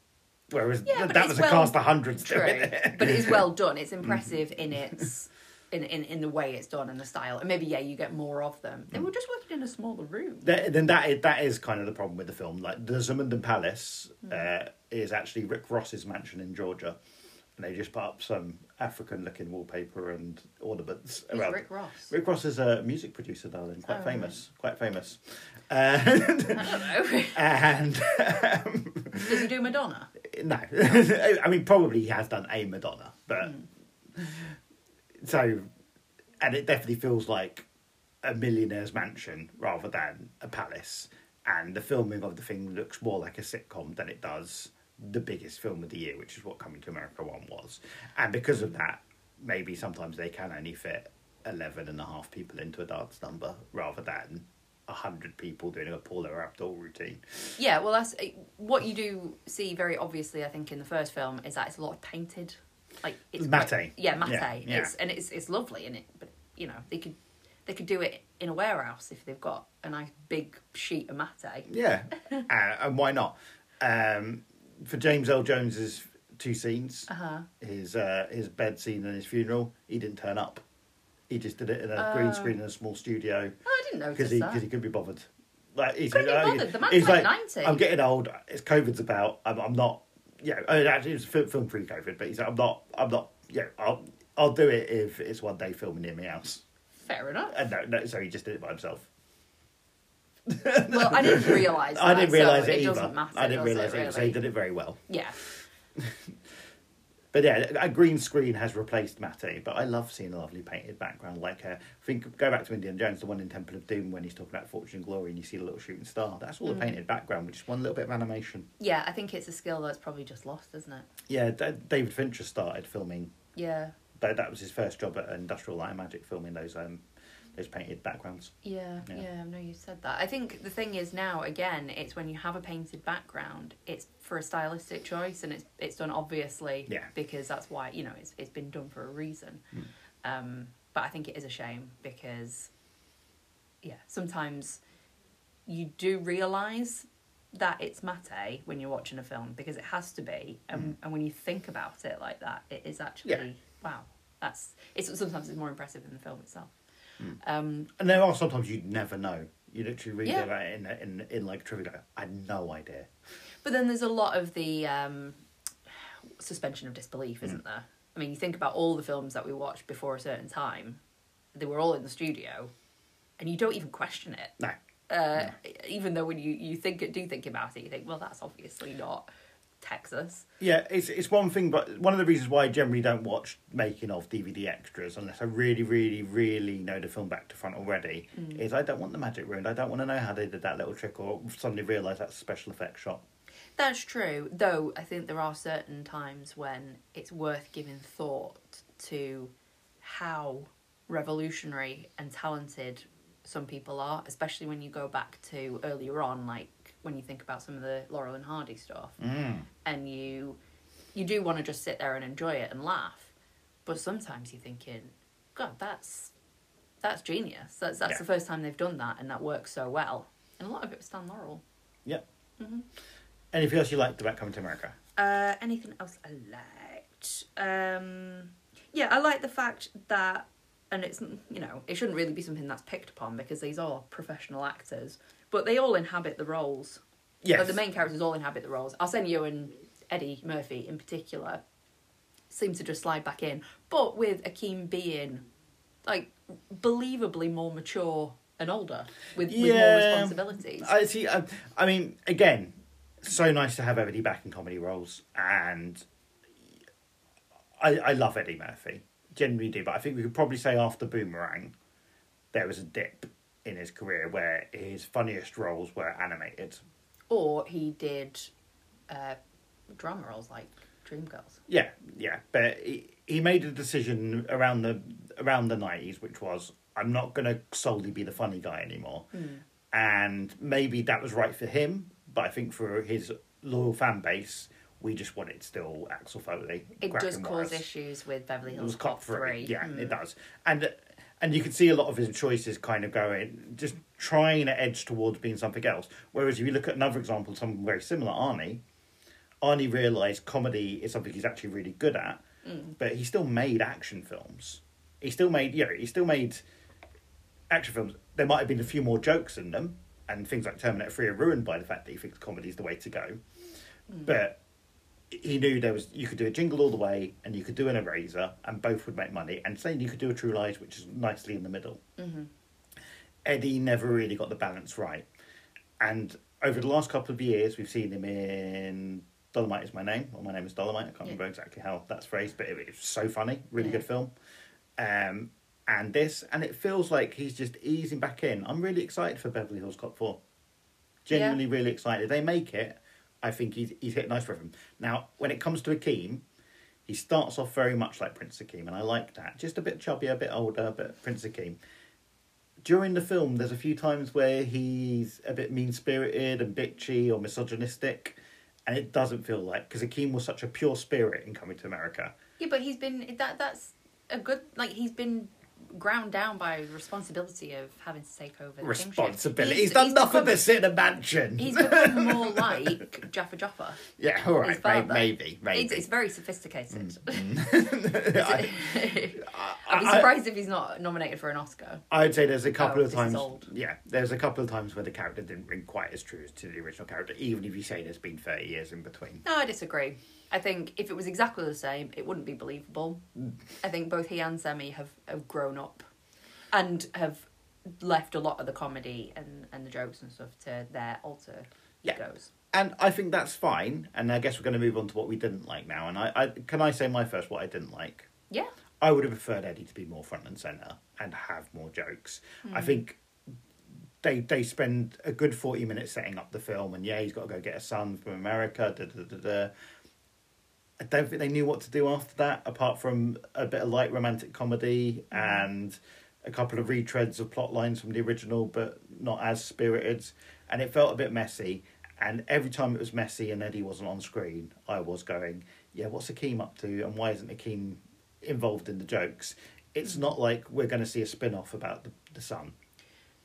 Speaker 1: Whereas
Speaker 2: Yeah, but
Speaker 1: that
Speaker 2: it's
Speaker 1: was a
Speaker 2: well-
Speaker 1: cast of hundreds
Speaker 2: True,
Speaker 1: doing it.
Speaker 2: but it is well done. It's
Speaker 1: Mm-hmm.
Speaker 2: impressive in its in, in in the way it's done and the style. And maybe yeah, you get more of them. They were just working in a smaller room.
Speaker 1: That, then that is, that is kind of the problem with the film. Like the Zumunden Palace
Speaker 2: Mm.
Speaker 1: uh, is actually Rick Ross's mansion in Georgia, and they just put up some African-looking wallpaper and ornaments
Speaker 2: Who's
Speaker 1: around.
Speaker 2: Rick Ross?
Speaker 1: Rick Ross is a music producer, darling. Quite
Speaker 2: Oh, right.
Speaker 1: famous. Quite famous.
Speaker 2: I don't know.
Speaker 1: And
Speaker 2: Does he do Madonna?
Speaker 1: no, I mean probably he has done a Madonna, but so, and it definitely feels like a millionaire's mansion rather than a palace. And the filming of the thing looks more like a sitcom than it does the biggest film of the year, which is what Coming to America one was. And because of that, maybe sometimes they can only fit 11 and a half people into a dance number rather than 100 people doing a Paula Abdul routine.
Speaker 2: Yeah. Well, that's eh, what you do see very obviously. I think in the first film is that it's a lot of painted, like it's
Speaker 1: Matte.
Speaker 2: quite- yeah, matte.
Speaker 1: Yeah, yeah.
Speaker 2: It's and it's it's lovely in it, but you know they could they could do it in a warehouse if they've got a nice big sheet of matte. Oh,
Speaker 1: Yeah, uh, and why not? Um, for James L. Jones's two scenes,
Speaker 2: Uh-huh.
Speaker 1: his uh, his bed scene and his funeral, he didn't turn up. He just did it in a green
Speaker 2: Oh.
Speaker 1: screen in a small studio
Speaker 2: Oh, I didn't notice
Speaker 1: because he
Speaker 2: that.
Speaker 1: because he couldn't be bothered. Like he's
Speaker 2: Couldn't be
Speaker 1: like,
Speaker 2: bothered. The man's
Speaker 1: he's
Speaker 2: like 90.
Speaker 1: I'm getting old. It's COVID's about. I'm, I'm not. You know, I mean, actually, it's film, film pre COVID, but he's like, I'm not. I'm not. Yeah, I'll I'll do it if it's one day filming in my house.
Speaker 2: Fair enough.
Speaker 1: And no, no, so he just did it by himself.
Speaker 2: Well, I didn't realise.
Speaker 1: I
Speaker 2: that,
Speaker 1: didn't
Speaker 2: so
Speaker 1: realise it,
Speaker 2: it
Speaker 1: either.
Speaker 2: doesn't matter.
Speaker 1: I didn't
Speaker 2: does
Speaker 1: realise
Speaker 2: it,
Speaker 1: it,
Speaker 2: really?
Speaker 1: so he did it very well.
Speaker 2: Yeah.
Speaker 1: But yeah, a green screen has replaced matte. eh? But I love seeing a lovely painted background. Like, uh, I think go back to Indiana Jones, the one in Temple of Doom, when he's talking about fortune and glory, and you see the little shooting star. That's all the painted background, with just one little bit of animation.
Speaker 2: Yeah, I think it's a skill that's probably just lost, isn't it?
Speaker 1: Yeah, D- David Fincher started filming.
Speaker 2: Yeah.
Speaker 1: That that was his first job at Industrial Light and Magic, filming those um those painted backgrounds.
Speaker 2: Yeah,
Speaker 1: Yeah.
Speaker 2: yeah, no, you said that. I think the thing is now, again, it's when you have a painted background, it's for a stylistic choice and it's it's done obviously
Speaker 1: Yeah. Hmm.
Speaker 2: because that's why, you know, it's, it's been done for a reason. Um, but I think it is a shame because, yeah, sometimes you do realise that it's matte when you're watching a film because it has to be. And,
Speaker 1: Hmm.
Speaker 2: and when you think about it like that, it is actually, wow, that's, it's sometimes it's more impressive than the film itself. Um,
Speaker 1: And there are sometimes you never know. You literally read
Speaker 2: Yeah.
Speaker 1: about it in in in like trivia. go, I had no idea.
Speaker 2: But then there's a lot of the um, suspension of disbelief, isn't there? I mean, you think about all the films that we watched before a certain time, they were all in the studio, and you don't even question it.
Speaker 1: No,
Speaker 2: Uh, Even though when you, you think do think about it, you think, well, that's obviously not Texas.
Speaker 1: Yeah, it's it's one thing, but one of the reasons why I generally don't watch making of DVD extras unless I really, really, really know the film back to front already is I don't want the magic ruined. I don't want to know how they did that little trick or suddenly realise that's a special effect shot.
Speaker 2: That's true, though I think there are certain times when it's worth giving thought to how revolutionary and talented some people are, especially when you go back to earlier on, like when you think about some of the Laurel and Hardy stuff, and you you do want to just sit there and enjoy it and laugh, but sometimes you're thinking, God, that's that's genius. That's that's
Speaker 1: Yeah.
Speaker 2: the first time they've done that, and that works so well. And a lot of it was Stan Laurel.
Speaker 1: Yep. Anything else you liked about Coming to America?
Speaker 2: Uh, anything else I liked? Um, yeah, I like the fact that, and it's you know, it shouldn't really be something that's picked upon because these are professional actors, but they all inhabit the roles.
Speaker 1: Yes.
Speaker 2: Like, the main characters all inhabit the roles. Arsenio and Eddie Murphy, in particular, seem to just slide back in, but with Akeem being like believably more mature and older with, with more
Speaker 1: Yeah. um,
Speaker 2: responsibilities.
Speaker 1: I see. I, I mean, again, so nice to have Eddie back in comedy roles, and I, I love Eddie Murphy, genuinely do. But I think we could probably say after Boomerang, there was a dip in his career where his funniest roles were animated.
Speaker 2: or he did uh, drama roles like Dreamgirls.
Speaker 1: Yeah, yeah, but he, he made a decision around the around the nineties, which was I'm not going to solely be the funny guy anymore,
Speaker 2: Hmm.
Speaker 1: and maybe that was right for him, but I think for his loyal fan base, we just want it still Axel Foley.
Speaker 2: It
Speaker 1: Grafton
Speaker 2: does cause
Speaker 1: Wallace.
Speaker 2: issues with Beverly
Speaker 1: It
Speaker 2: Hills
Speaker 1: was
Speaker 2: Cop
Speaker 1: cop
Speaker 2: Three.
Speaker 1: free, yeah, it does, and and you can see a lot of his choices kind of going just trying to edge towards being something else. Whereas if you look at another example, someone very similar, Arnie. Arnie realised comedy is something he's actually really good at, but he still made action films. He still made, you know, he still made action films. There might have been a few more jokes in them, and things like Terminator 3 are ruined by the fact that he thinks comedy is the way to go. But he knew there was, you could do a Jingle All the Way and you could do an Eraser, and both would make money. And saying you could do a True Lies, which is nicely in the middle. Eddie never really got the balance right. And over the last couple of years, we've seen him in Dolomite is My Name, or My Name is Dolomite. I can't remember exactly how that's phrased, but it, it's so funny. Really
Speaker 2: Yeah.
Speaker 1: good film. Um, and this, and it feels like he's just easing back in. I'm really excited for Beverly Hills Cop 4. Genuinely, really excited. They make it. I think he's, he's hit nice rhythm. Now, when it comes to Akeem, he starts off very much like Prince Akeem, and I like that. Just a bit chubby, a bit older, but Prince Akeem during the film, there's a few times where he's a bit mean spirited and bitchy or misogynistic, and it doesn't feel like because Akeem was such a pure spirit in coming to America.
Speaker 2: Yeah, but he's been that that's a good like he's been ground down by responsibility of having to take over the kingship.
Speaker 1: Responsibility. He's, done nothing
Speaker 2: become-
Speaker 1: but sit in a mansion.
Speaker 2: He's become more like Jaffa Jaffa.
Speaker 1: yeah, all right, may,
Speaker 2: father.
Speaker 1: maybe, maybe. Mm.
Speaker 2: It's, it's very sophisticated.
Speaker 1: I,
Speaker 2: I'd be
Speaker 1: I-
Speaker 2: surprised if he's not nominated for an Oscar.
Speaker 1: I'd say there's a couple
Speaker 2: Oh,
Speaker 1: of
Speaker 2: this is
Speaker 1: times.
Speaker 2: old.
Speaker 1: Yeah, there's a couple of times where the character didn't ring quite as true as to the original character, even if you say there's been thirty years in between.
Speaker 2: No, I disagree. I think if it was exactly the same, it wouldn't be believable. I think both he and Semi have, have grown up and have left a lot of the comedy and, and the jokes and stuff to their alter
Speaker 1: Yeah.
Speaker 2: egos.
Speaker 1: and I think that's fine. And I guess we're going to move on to what we didn't like now. And I, I can I say my first what I didn't like.
Speaker 2: Yeah.
Speaker 1: I would have preferred Eddie to be more front and center and have more jokes.
Speaker 2: Hmm.
Speaker 1: I think they they spend a good forty minutes setting up the film, and yeah, he's got to go get a son from America. Da, da, da, da. I don't think they knew what to do after that, apart from a bit of light romantic comedy and a couple of retreads of plot lines from the original, but not as spirited. And it felt a bit messy. And every time it was messy and Eddie wasn't on screen, I was going, yeah, what's Akeem up to? And why isn't Akeem involved in the jokes? It's not like we're going to see a spin off about the, the son.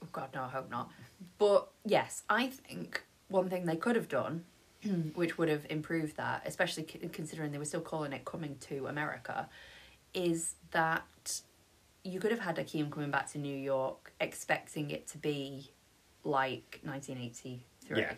Speaker 2: Oh, God, no, I hope not. But yes, I think one thing they could have done, which would have improved that, especially c- considering they were still calling it Coming to America, is that you could have had Akeem coming back to New York expecting it to be like 1983.
Speaker 1: Yeah.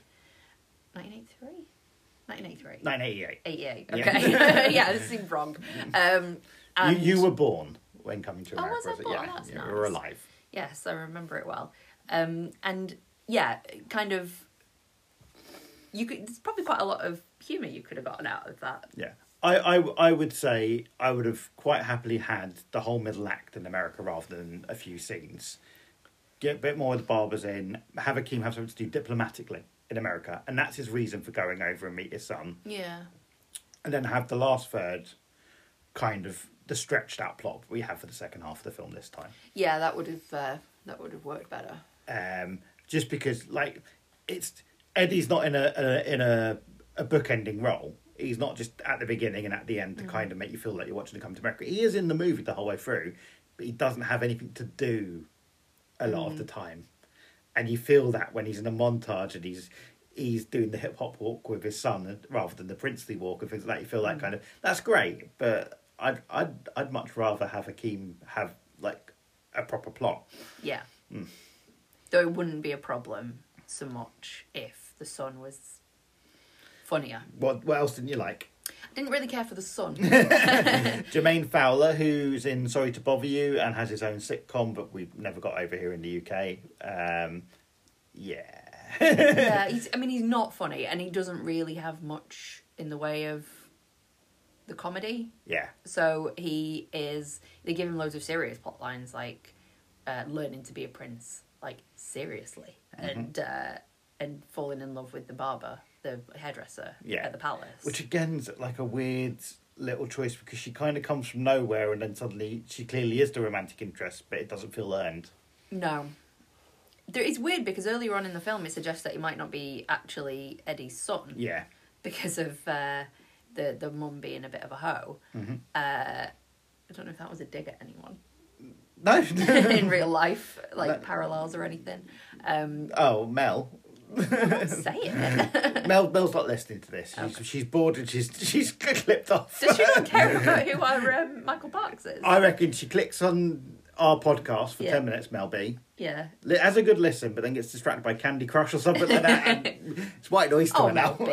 Speaker 2: 1983? 1983.
Speaker 1: 1988.
Speaker 2: 88,
Speaker 1: Yeah.
Speaker 2: okay. Yeah, this seemed wrong. Um, and-
Speaker 1: You, you were born when coming to
Speaker 2: Oh,
Speaker 1: America,
Speaker 2: was I
Speaker 1: was it?
Speaker 2: born?
Speaker 1: Yeah,
Speaker 2: That's
Speaker 1: you were
Speaker 2: nice.
Speaker 1: alive.
Speaker 2: Yes, I remember it well. Um, and yeah, kind of You could. There's probably quite a lot of humour you could have gotten out of that.
Speaker 1: Yeah. I, I, I would say I would have quite happily had the whole middle act in America rather than a few scenes. Get a bit more of the barbers in, have Akeem have something to do diplomatically in America, and that's his reason for going over and meet his son.
Speaker 2: Yeah.
Speaker 1: And then have the last third kind of the stretched out plot we have for the second half of the film this time.
Speaker 2: Yeah, that would have uh, that would have worked better.
Speaker 1: um, just because like it's Eddie's not in a, a in a a book ending role. He's not just at the beginning and at the end to kind of make you feel like you're watching the Come to America. He is in the movie the whole way through, but he doesn't have anything to do a lot of the time, and you feel that when he's in a montage and he's he's doing the hip hop walk with his son and- rather than the princely walk and things like that. You feel that kind of that's great, but I'd I'd I'd much rather have Hakeem have like a proper plot.
Speaker 2: Yeah. Though it wouldn't be a problem so much if the son was funnier.
Speaker 1: What what else didn't you like?
Speaker 2: I didn't really care for the son.
Speaker 1: Jermaine Fowler, who's in Sorry to Bother You and has his own sitcom, but we've never got over here in the UK. Um, yeah.
Speaker 2: yeah, he's, I mean, he's not funny, and he doesn't really have much in the way of the comedy.
Speaker 1: Yeah.
Speaker 2: So he is. They give him loads of serious plot lines, like uh, learning to be a prince, like seriously,
Speaker 1: Mm-hmm.
Speaker 2: and uh, and falling in love with the barber, the hairdresser
Speaker 1: Yeah.
Speaker 2: at the palace.
Speaker 1: Which again's like a weird little choice because she kind of comes from nowhere and then suddenly she clearly is the romantic interest, but it doesn't feel earned.
Speaker 2: no, there, it's weird because earlier on in the film, it suggests that he might not be actually Eddie's son.
Speaker 1: Yeah.
Speaker 2: because of uh, the the mum being a bit of a hoe.
Speaker 1: Mm-hmm.
Speaker 2: Uh, I don't know if that was a dig at anyone
Speaker 1: No.
Speaker 2: in real life, like
Speaker 1: That-
Speaker 2: parallels or anything. Um,
Speaker 1: oh, Mel.
Speaker 2: don't say it.
Speaker 1: Mel. Mel's not listening to this. She's, she's bored and she's she's clipped off.
Speaker 2: Does she not care about who our um, Michael Parks is?
Speaker 1: I reckon she clicks on our podcast for
Speaker 2: Yeah.
Speaker 1: ten minutes, Mel B.
Speaker 2: yeah.
Speaker 1: Li- has a good listen, but then gets distracted by Candy Crush or something like that. and it's white noise to
Speaker 2: Oh,
Speaker 1: her
Speaker 2: no.
Speaker 1: now.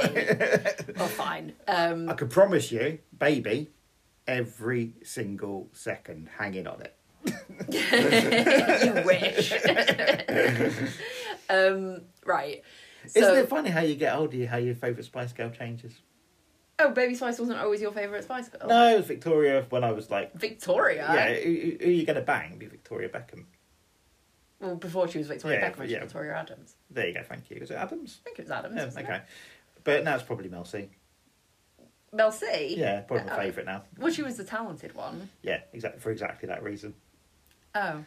Speaker 2: oh, fine. Um,
Speaker 1: I can promise you, baby, every single second hanging on it.
Speaker 2: you wish. um, right. So,
Speaker 1: not it funny how you get older, how your favourite Spice Girl changes?
Speaker 2: oh, Baby Spice wasn't always your favourite Spice Girl.
Speaker 1: No, it was Victoria when I was like,
Speaker 2: Victoria.
Speaker 1: yeah, who, who- who you going to bang? It'd Be Victoria Beckham.
Speaker 2: Well, before she was Victoria
Speaker 1: Yeah,
Speaker 2: Beckham, she was
Speaker 1: yeah.
Speaker 2: Victoria Adams.
Speaker 1: There you go, thank you. Is it Adams?
Speaker 2: I think it was Adams.
Speaker 1: Yeah,
Speaker 2: wasn't it?
Speaker 1: okay. But now it's probably Mel C.
Speaker 2: Mel C.
Speaker 1: Yeah, probably my
Speaker 2: Oh.
Speaker 1: favourite now.
Speaker 2: Well, she was the talented one.
Speaker 1: Yeah, exactly for exactly that reason.
Speaker 2: Oh.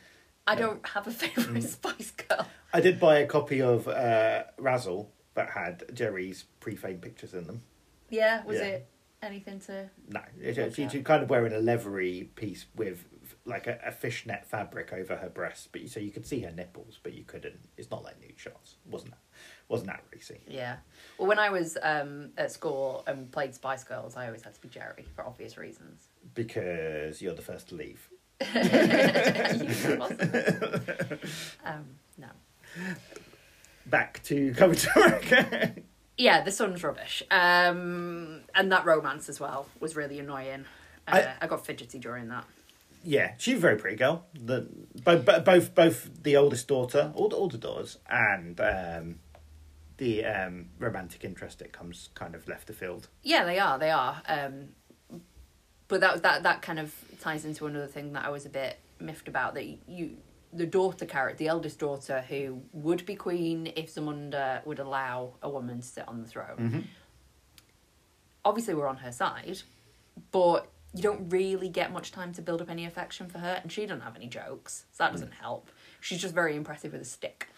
Speaker 2: I don't have a favourite
Speaker 1: Mm.
Speaker 2: Spice Girl.
Speaker 1: I did buy a copy of uh, Razzle that had Jerry's pre-fame pictures in them.
Speaker 2: Yeah, was
Speaker 1: Yeah.
Speaker 2: it anything to.
Speaker 1: No, it's- it's-
Speaker 2: Okay.
Speaker 1: she's kind of wearing a leathery piece with like a, a fishnet fabric over her breast, but you, so you could see her nipples, but you couldn't. It's not like nude shots. wasn't that Wasn't that racy?
Speaker 2: Yeah. Well, when I was um, at school and played Spice Girls, I always had to be Jerry for obvious reasons.
Speaker 1: Because you're the first to leave.
Speaker 2: um, no.
Speaker 1: Back to coming to America.
Speaker 2: Yeah, the sun's rubbish. Um, and that romance as well was really annoying. Uh, I,
Speaker 1: I-
Speaker 2: got fidgety during that.
Speaker 1: yeah, she's a very pretty girl. The both both both the oldest daughter, all the older daughters, and um, the um, romantic interest that comes kind of left the field.
Speaker 2: Yeah, they are. They are. Um, but that that that kind of ties into another thing that I was a bit miffed about that you the daughter character, the eldest daughter, who would be queen if Zamunda would allow a woman to sit on the throne. Obviously, we're on her side, but you don't really get much time to build up any affection for her, and she doesn't have any jokes, so that doesn't help. She's just very impressive with a stick.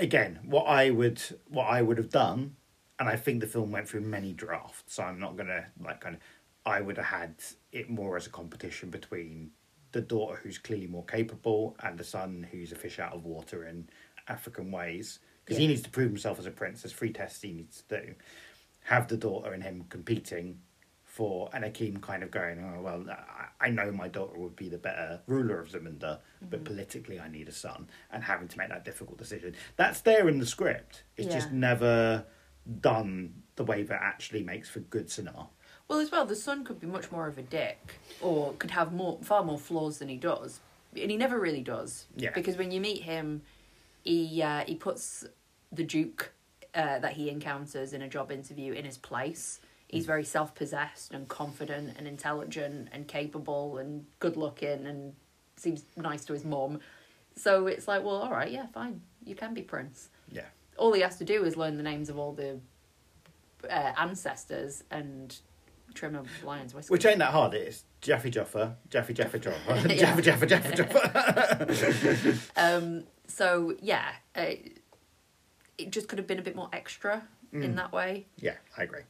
Speaker 1: again what i would what i would have done and i think the film went through many drafts so i'm not gonna like kind of i would have had it more as a competition between the daughter who's clearly more capable and the son who's a fish out of water in african ways because he
Speaker 2: Yeah.
Speaker 1: needs to prove himself as a prince there's three tests he needs to do have the daughter and him competing for and Akeem kind of going, oh, well, I, I know my daughter would be the better ruler of Zamunda, but politically I need a son, and having to make that difficult decision. That's there in the script. It's just
Speaker 2: Yeah.
Speaker 1: never done the way that actually makes for good cinema.
Speaker 2: Well, as well, the son could be much more of a dick, or could have more far more flaws than he does, and he never really does.
Speaker 1: Yeah.
Speaker 2: Because when you meet him, he uh, he puts the duke uh, uh, that he encounters in a job interview in his place. He's very self possessed and confident and intelligent and capable and good looking and seems nice to his mum. So it's like, well, all right, yeah, fine. You can be Prince.
Speaker 1: Yeah.
Speaker 2: All he has to do is learn the names of all the uh, ancestors and trim a lion's whiskers.
Speaker 1: Which ain't that hard. It's Jaffe Joffa, Jaffe Jaffe Joffa, Jaffe Jaffe Jaffe Joffa.
Speaker 2: Um, so yeah, uh, it just could have been a bit more extra
Speaker 1: Mm.
Speaker 2: in that way.
Speaker 1: Yeah, I agree.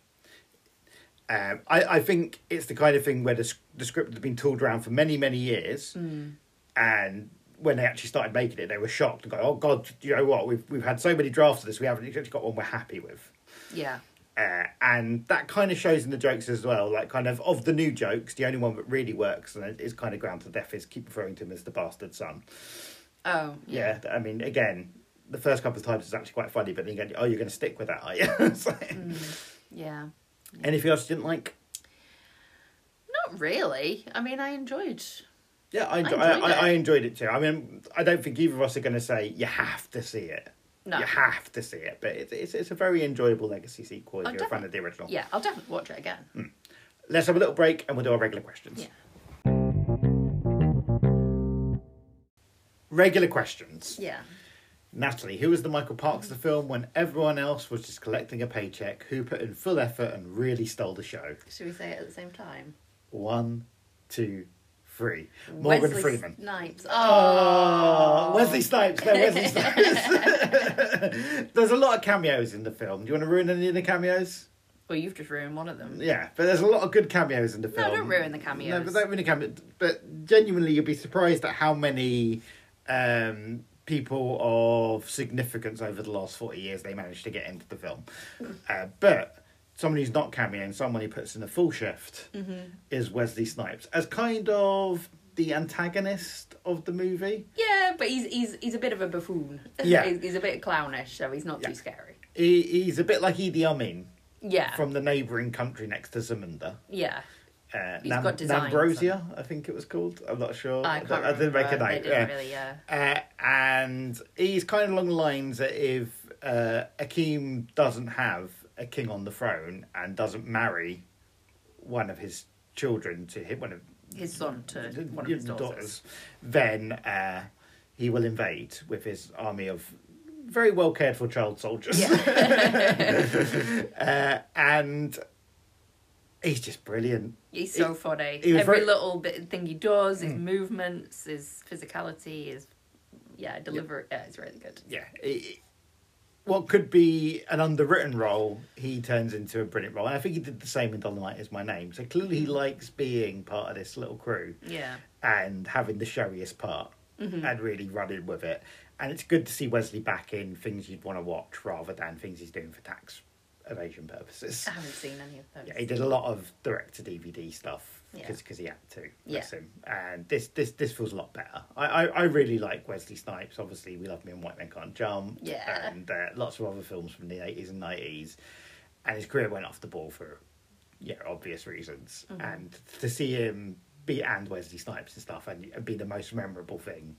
Speaker 1: Um, I, I think it's the kind of thing where the, s- the script had been tooled around for many, many years. And when they actually started making it, they were shocked and going, oh, God, you know what? We've, we've had so many drafts of this, we haven't e-, actually got one we're happy with.
Speaker 2: Yeah,
Speaker 1: Uh, and that kind of shows in the jokes as well. Like, kind of, of the new jokes, the only one that really works and it is kind of ground to death is keep referring to him as the bastard son.
Speaker 2: Oh,
Speaker 1: Yeah, I mean, again, the first couple of times it's actually quite funny, but then again, oh, you're going to stick with that, are you? It's like-
Speaker 2: yeah.
Speaker 1: Anything else you didn't like?
Speaker 2: Not really. I mean, I enjoyed.
Speaker 1: Yeah, I, enjoy, I,
Speaker 2: enjoyed
Speaker 1: I,
Speaker 2: it.
Speaker 1: I enjoyed it too. I mean, I don't think either of us are going to say you have to see it.
Speaker 2: No.
Speaker 1: You have to see it, but it's it's, it's a very enjoyable legacy sequel if
Speaker 2: Oh,
Speaker 1: you're a fan of the
Speaker 2: definitely.
Speaker 1: original.
Speaker 2: Yeah, I'll definitely watch it again.
Speaker 1: Mm. Let's have a little break and we'll do our regular questions.
Speaker 2: Yeah.
Speaker 1: Regular questions.
Speaker 2: Yeah.
Speaker 1: Natalie, who was the Michael Parks of the film when everyone else was just collecting a paycheck, who put in full effort and really stole the show?
Speaker 2: Should we say it at the same time?
Speaker 1: One, two, three. Morgan
Speaker 2: Wesley
Speaker 1: Freeman.
Speaker 2: Snipes.
Speaker 1: Oh,
Speaker 2: Oh.
Speaker 1: Wesley Snipes. No, Wesley Snipes. there's a lot of cameos in the film. Do you want to ruin any of the cameos?
Speaker 2: Well, you've just ruined one of them.
Speaker 1: Yeah, but there's a lot of good cameos in the film.
Speaker 2: No, don't ruin the
Speaker 1: No,
Speaker 2: cameos.
Speaker 1: but don't ruin the cameos. But genuinely, you'd be surprised at how many um, people of significance over the last 40 years they managed to get into the film. uh, but someone who's not cameoing, someone who puts in a full shift,
Speaker 2: Mm-hmm.
Speaker 1: is Wesley Snipes as kind of the antagonist of the movie.
Speaker 2: Yeah, but he's he's he's a bit of a buffoon.
Speaker 1: Yeah.
Speaker 2: he's, he's a bit clownish, so he's not
Speaker 1: Yeah.
Speaker 2: too scary.
Speaker 1: He, he's a bit like Idi Amin
Speaker 2: Yeah.
Speaker 1: from the neighbouring country next to Zamunda.
Speaker 2: yeah.
Speaker 1: Uh,
Speaker 2: He's got designs
Speaker 1: Nambrosia, I think it was called. I'm not sure.
Speaker 2: I can't
Speaker 1: don't- Oh, I didn't
Speaker 2: remember.
Speaker 1: recognise.
Speaker 2: They didn't
Speaker 1: yeah.
Speaker 2: really, yeah.
Speaker 1: Uh, and he's kind of along the lines that if uh, Akeem doesn't have a king on the throne and doesn't marry one of his children to him, one of
Speaker 2: His son to one of his daughters.
Speaker 1: then uh, he will invade with his army of very well cared for child soldiers.
Speaker 2: Yeah.
Speaker 1: uh, and he's just brilliant.
Speaker 2: He's so funny.
Speaker 1: he was
Speaker 2: Every
Speaker 1: very- Hmm.
Speaker 2: little bit thing he does, his movements, his physicality, his yeah, delivery. Yeah, it's really good.
Speaker 1: Yeah. he- he- what could be an underwritten role, he turns into a brilliant role. And I think he did the same in Dolomite is My Name. So clearly he likes being part of this little crew
Speaker 2: Yeah,
Speaker 1: and having the showiest part and really running with it. And it's good to see Wesley back in things you'd want to watch rather than things he's doing for tax evasion purposes.
Speaker 2: I haven't seen any of those.
Speaker 1: Yeah, he did a lot of direct to DVD stuff
Speaker 2: Yeah.
Speaker 1: because he had to.
Speaker 2: Yeah.
Speaker 1: Bless him. And this this this feels a lot better. I, I, I really like Wesley Snipes. Obviously, we love him in White Men Can't Jump.
Speaker 2: Yeah.
Speaker 1: And uh, lots of other films from the eighties and nineties. And his career went off the ball for yeah obvious reasons.
Speaker 2: Mm-hmm.
Speaker 1: And to see him be and Wesley Snipes and stuff and, and be the most memorable thing.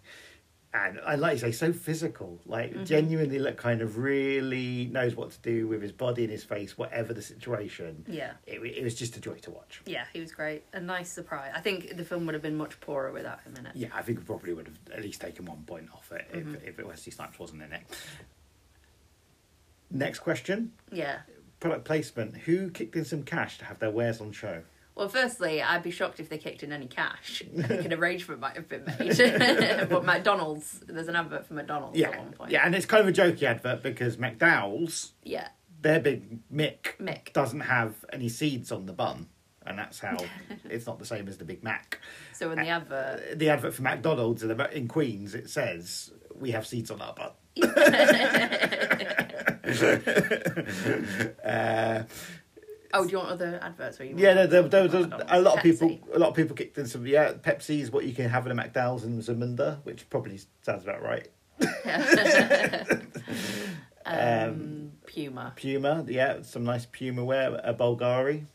Speaker 1: And I like you say, so physical, like
Speaker 2: Mm-hmm.
Speaker 1: genuinely, look kind of really knows what to do with his body and his face, whatever the situation
Speaker 2: Yeah.
Speaker 1: it, it was just a joy to watch.
Speaker 2: Yeah, he was great. A nice surprise. I think the film would have been much poorer without him in it.
Speaker 1: Yeah, I think we probably would have at least taken one point off it if, if Wesley Snipes wasn't in it. Next question
Speaker 2: Yeah.
Speaker 1: product placement. Who kicked in some cash to have their wares on show?
Speaker 2: Well, firstly, I'd be shocked if they kicked in any cash. I think an arrangement might have been made. but McDonald's, there's an advert for McDonald's
Speaker 1: Yeah,
Speaker 2: at one point.
Speaker 1: yeah, and it's kind of a jokey advert because McDowell's,
Speaker 2: Yeah.
Speaker 1: their big Mick,
Speaker 2: Mick.
Speaker 1: doesn't have any seeds on the bun, and that's how it's not the same as the Big Mac.
Speaker 2: So in
Speaker 1: Uh,
Speaker 2: the advert,
Speaker 1: The advert for McDonald's in the- in Queens it says we have seeds on our bun.
Speaker 2: oh, do you want other adverts? Or you
Speaker 1: Yeah, there,
Speaker 2: want
Speaker 1: there, there was a, a lot of people.
Speaker 2: Pepsi.
Speaker 1: A lot of people kicked in some. Yeah, Pepsi's what you can have in a McDowell's in Zamunda, which probably sounds about right.
Speaker 2: um, Puma.
Speaker 1: Puma, yeah, some nice Puma wear. A Bulgari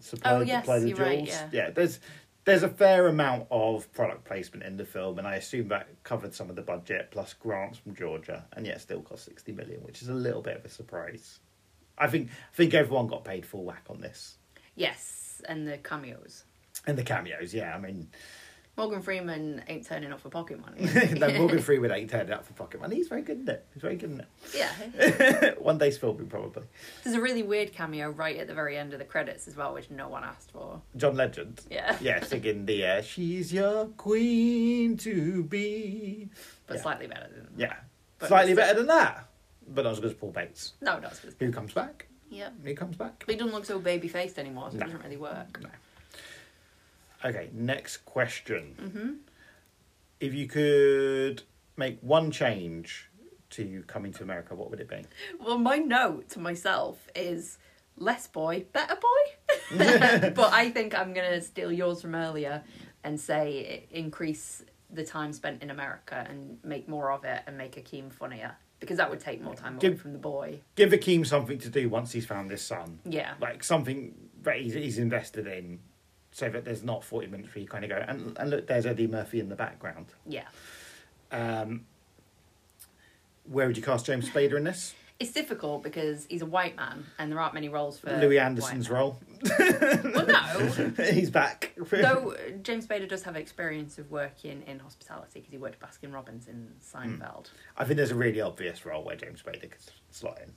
Speaker 1: supplied,
Speaker 2: Oh, yes,
Speaker 1: supplied the
Speaker 2: you're right,
Speaker 1: jewels.
Speaker 2: yeah.
Speaker 1: there's there's a fair amount of product placement in the film, and I assume that covered some of the budget plus grants from Georgia, and yet still cost sixty million, which is a little bit of a surprise. I think I think everyone got paid full whack on this,
Speaker 2: Yes, and the cameos.
Speaker 1: and the cameos. Yeah, I mean,
Speaker 2: Morgan Freeman ain't turning up for pocket money.
Speaker 1: no, Morgan Freeman ain't turned up for pocket money. He's very good in it. He's very good in
Speaker 2: yeah.
Speaker 1: it. One day's filming probably.
Speaker 2: There's a really weird cameo right at the very end of the credits as well, which no one asked for.
Speaker 1: John Legend.
Speaker 2: Yeah.
Speaker 1: Yeah, singing the uh, "She's Your Queen to Be."
Speaker 2: But
Speaker 1: Yeah.
Speaker 2: slightly better than
Speaker 1: Yeah,
Speaker 2: But uh,
Speaker 1: slightly
Speaker 2: still-
Speaker 1: better than that, but not as good as Paul Bates,
Speaker 2: No, not as good.
Speaker 1: who comes back.
Speaker 2: Yeah.
Speaker 1: Who comes back?
Speaker 2: But he doesn't look so baby faced anymore, so
Speaker 1: No.
Speaker 2: it doesn't really work.
Speaker 1: No. Okay, next question.
Speaker 2: Mm-hmm.
Speaker 1: If you could make one change to coming to America, what would it be?
Speaker 2: Well, my note to myself is less boy, better boy. but I think I'm going to steal yours from earlier and say increase the time spent in America and make more of it and make Akeem funnier because that would take more time away
Speaker 1: Give-
Speaker 2: from the boy.
Speaker 1: Give Akeem something to do once he's found his son.
Speaker 2: Yeah.
Speaker 1: Like something that he's, he's invested in, so that there's not 40 minutes where you kind of go, and, and look, there's Eddie Murphy in the background.
Speaker 2: Yeah.
Speaker 1: Um, where would you cast James Spader in this?
Speaker 2: It's difficult because he's a white man and there aren't many roles for
Speaker 1: Louis
Speaker 2: white
Speaker 1: Anderson's
Speaker 2: men.
Speaker 1: role.
Speaker 2: Well, no.
Speaker 1: he's back.
Speaker 2: Though uh, James Bader does have experience of working in hospitality because he worked at Baskin Robbins in Seinfeld.
Speaker 1: I think there's a really obvious role where James Spader could slot in.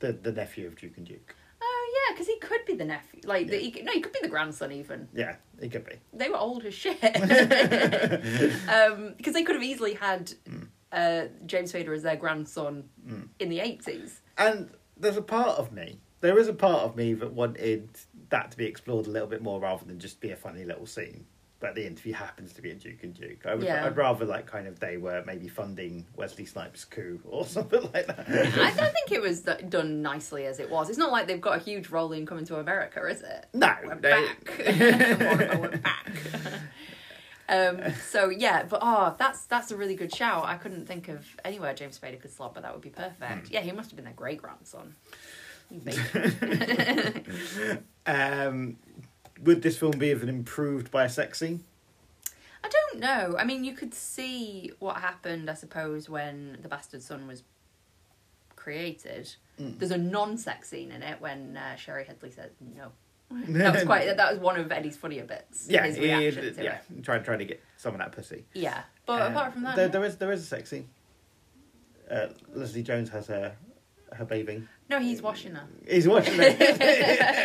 Speaker 1: The the nephew of Duke and Duke.
Speaker 2: Oh yeah, because he could be the nephew. Like the,
Speaker 1: Yeah.
Speaker 2: he, could- no, he could be the grandson even.
Speaker 1: Yeah, he could be.
Speaker 2: They were old as shit. Because they could have easily had
Speaker 1: Hmm.
Speaker 2: uh, James Fader as their grandson in the eighties.
Speaker 1: And there's a part of me, there is a part of me that wanted that to be explored a little bit more rather than just be a funny little scene. But the interview happens to be a Duke and Duke. I would,
Speaker 2: Yeah.
Speaker 1: I'd rather like kind of they were maybe funding Wesley Snipes' coup or something like that.
Speaker 2: I don't think it was th- done nicely as it was. It's not like they've got a huge role in coming to America, is it?
Speaker 1: No,
Speaker 2: We're
Speaker 1: they-
Speaker 2: back. we're back. um, so yeah, but oh, that's that's a really good shout. I couldn't think of anywhere James Spader could slot, but that would be perfect.
Speaker 1: Hmm.
Speaker 2: Yeah, he must have been their great grandson.
Speaker 1: Um, would this film be even improved by a sex scene?
Speaker 2: I don't know. I mean, you could see what happened, I suppose, when the bastard son was created.
Speaker 1: Mm.
Speaker 2: There's a non-sex scene in it when uh, Sherry Headley says no. that was quite. That was one of Eddie's funnier bits.
Speaker 1: Yeah,
Speaker 2: his
Speaker 1: he-
Speaker 2: reaction to
Speaker 1: yeah.
Speaker 2: it.
Speaker 1: Trying trying to get some of that pussy.
Speaker 2: Yeah, but
Speaker 1: Um,
Speaker 2: apart from that,
Speaker 1: there,
Speaker 2: no.
Speaker 1: there is there is a sex scene. Uh, Leslie Jones has her her bathing.
Speaker 2: no, he's washing her.
Speaker 1: He's watching it.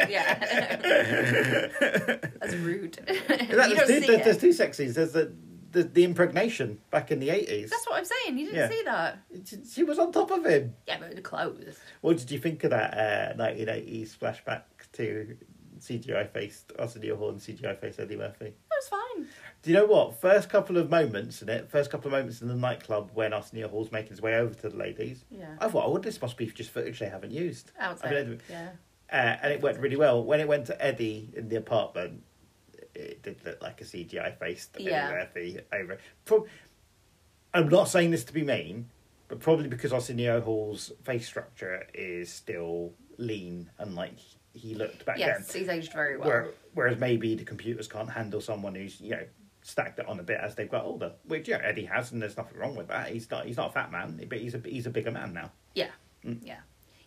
Speaker 2: yeah. That's rude. you
Speaker 1: there's, two,
Speaker 2: don't see
Speaker 1: there's, there's
Speaker 2: it.
Speaker 1: two sex scenes. There's the the, the impregnation back in the eighties.
Speaker 2: That's what I'm saying. You didn't
Speaker 1: Yeah.
Speaker 2: see that.
Speaker 1: She, she was on top of him.
Speaker 2: Yeah, but the clothes.
Speaker 1: What did you think of that uh, nineteen eighties flashback to CGI faced Arsenio Hall and CGI faced Eddie Murphy?
Speaker 2: That was fine.
Speaker 1: Do you know what? First couple of moments in it, first couple of moments in the nightclub when Arsenio Hall's making his way over to the ladies,
Speaker 2: Yeah.
Speaker 1: I thought, oh, this must be just footage they haven't used. I mean,
Speaker 2: Outside.
Speaker 1: anyway,
Speaker 2: yeah.
Speaker 1: uh, and it went really well. When it went to Eddie in the apartment, it did look like a CGI faced
Speaker 2: Yeah.
Speaker 1: Eddie Murphy over. Prob- I'm not saying this to be mean, but probably because Arsenio Hall's face structure is still lean and like he looked back
Speaker 2: Yes,
Speaker 1: then.
Speaker 2: he's aged very well.
Speaker 1: Where, whereas maybe the computers can't handle someone who's you know stacked it on a bit as they've got older, which yeah Eddie has, and there's nothing wrong with that. He's not he's not a fat man, but he's a he's a bigger man now.
Speaker 2: Yeah.
Speaker 1: Mm.
Speaker 2: Yeah.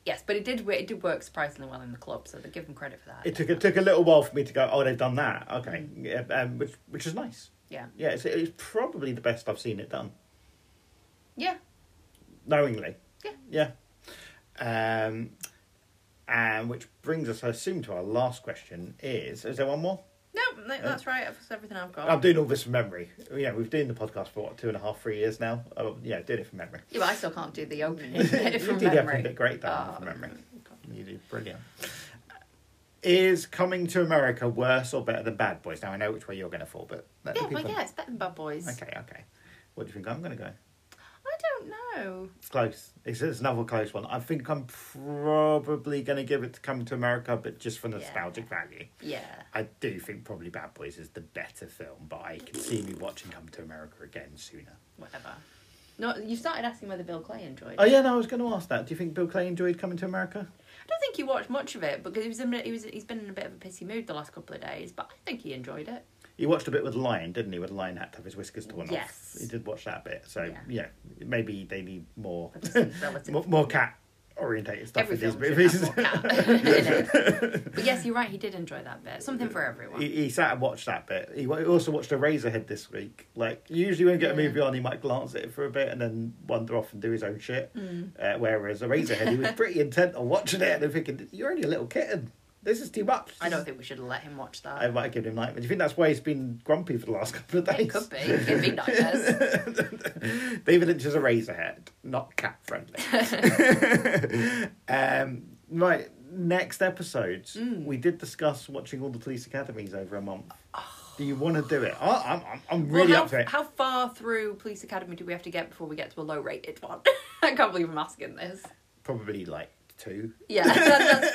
Speaker 2: Yes, but it did wo- it did work surprisingly well in the club, so they give him credit for that.
Speaker 1: It took it took a little while for me to go. Oh, they've done that. Okay, yeah, um, which which is nice.
Speaker 2: yeah.
Speaker 1: Yeah, it's, it's probably the best I've seen it done
Speaker 2: Yeah.
Speaker 1: knowingly.
Speaker 2: Yeah.
Speaker 1: Yeah. Um, and which brings us, I assume, to our last question. Is is there one more?
Speaker 2: No, th- that's right. That's everything I've got.
Speaker 1: I'm doing all this from memory. Yeah, we've been doing the podcast for what two and a half, three years now. Oh, yeah, doing it from memory.
Speaker 2: yeah, but I still can't do the opening
Speaker 1: You
Speaker 2: from
Speaker 1: did
Speaker 2: memory.
Speaker 1: everything bit great though
Speaker 2: Oh,
Speaker 1: from memory. You did brilliant. Is coming to America worse or better than Bad Boys? Now I know which way you're going to fall, but let the
Speaker 2: Yeah, well,
Speaker 1: people-
Speaker 2: yeah, it's better than Bad Boys.
Speaker 1: Okay, okay. What do you think I'm going to go?
Speaker 2: I don't know.
Speaker 1: It's close. It's, it's another close one. I think I'm probably going to give it to Coming to America, but just for nostalgic value.
Speaker 2: Yeah.
Speaker 1: I do think probably Bad Boys is the better film, but I can see me watching Coming to America again sooner.
Speaker 2: Whatever. No, you started asking whether Bill Clay enjoyed it.
Speaker 1: Oh yeah, no, I was going to ask that. Do you think Bill Clay enjoyed Coming to America?
Speaker 2: I don't think he watched much of it because he was in, he was he's been in a bit of a pissy mood the last couple of days, but I think he enjoyed it.
Speaker 1: He watched a bit with Lion, didn't he? When Lion had to have his whiskers torn
Speaker 2: Yes.
Speaker 1: off. He did watch that bit. So yeah,
Speaker 2: Yeah.
Speaker 1: maybe they need more,
Speaker 2: But just relative-
Speaker 1: more, more cat or orientated stuff
Speaker 2: Every
Speaker 1: in these
Speaker 2: film should
Speaker 1: movies.
Speaker 2: have more cat. but yes, you're right. He did enjoy that bit. Something for everyone.
Speaker 1: He, he sat and watched that bit. He wa- he also watched Razorhead this week. Like usually, when you get a
Speaker 2: Yeah.
Speaker 1: movie on, he might glance at it for a bit and then wander off and do his own shit.
Speaker 2: Mm.
Speaker 1: Uh, whereas Razorhead, he was pretty intent on watching it and thinking, "You're only a little kitten. This is too much."
Speaker 2: I don't think we should have let him watch that.
Speaker 1: I might have given him nightmares. Do you think that's why he's been grumpy for the last couple of days?
Speaker 2: it could be. It could be nightmares.
Speaker 1: David Lynch is a razorhead, not cat friendly. um, right, next episodes,
Speaker 2: Mm.
Speaker 1: we did discuss watching all the police academies over a month. Do you want to do it? I, I'm, I'm, I'm really
Speaker 2: Oh. well,
Speaker 1: up for
Speaker 2: how,
Speaker 1: it.
Speaker 2: how far through Police Academy do we have to get before we get to a low rated one? I can't believe I'm asking this.
Speaker 1: Probably like two.
Speaker 2: Yeah, that,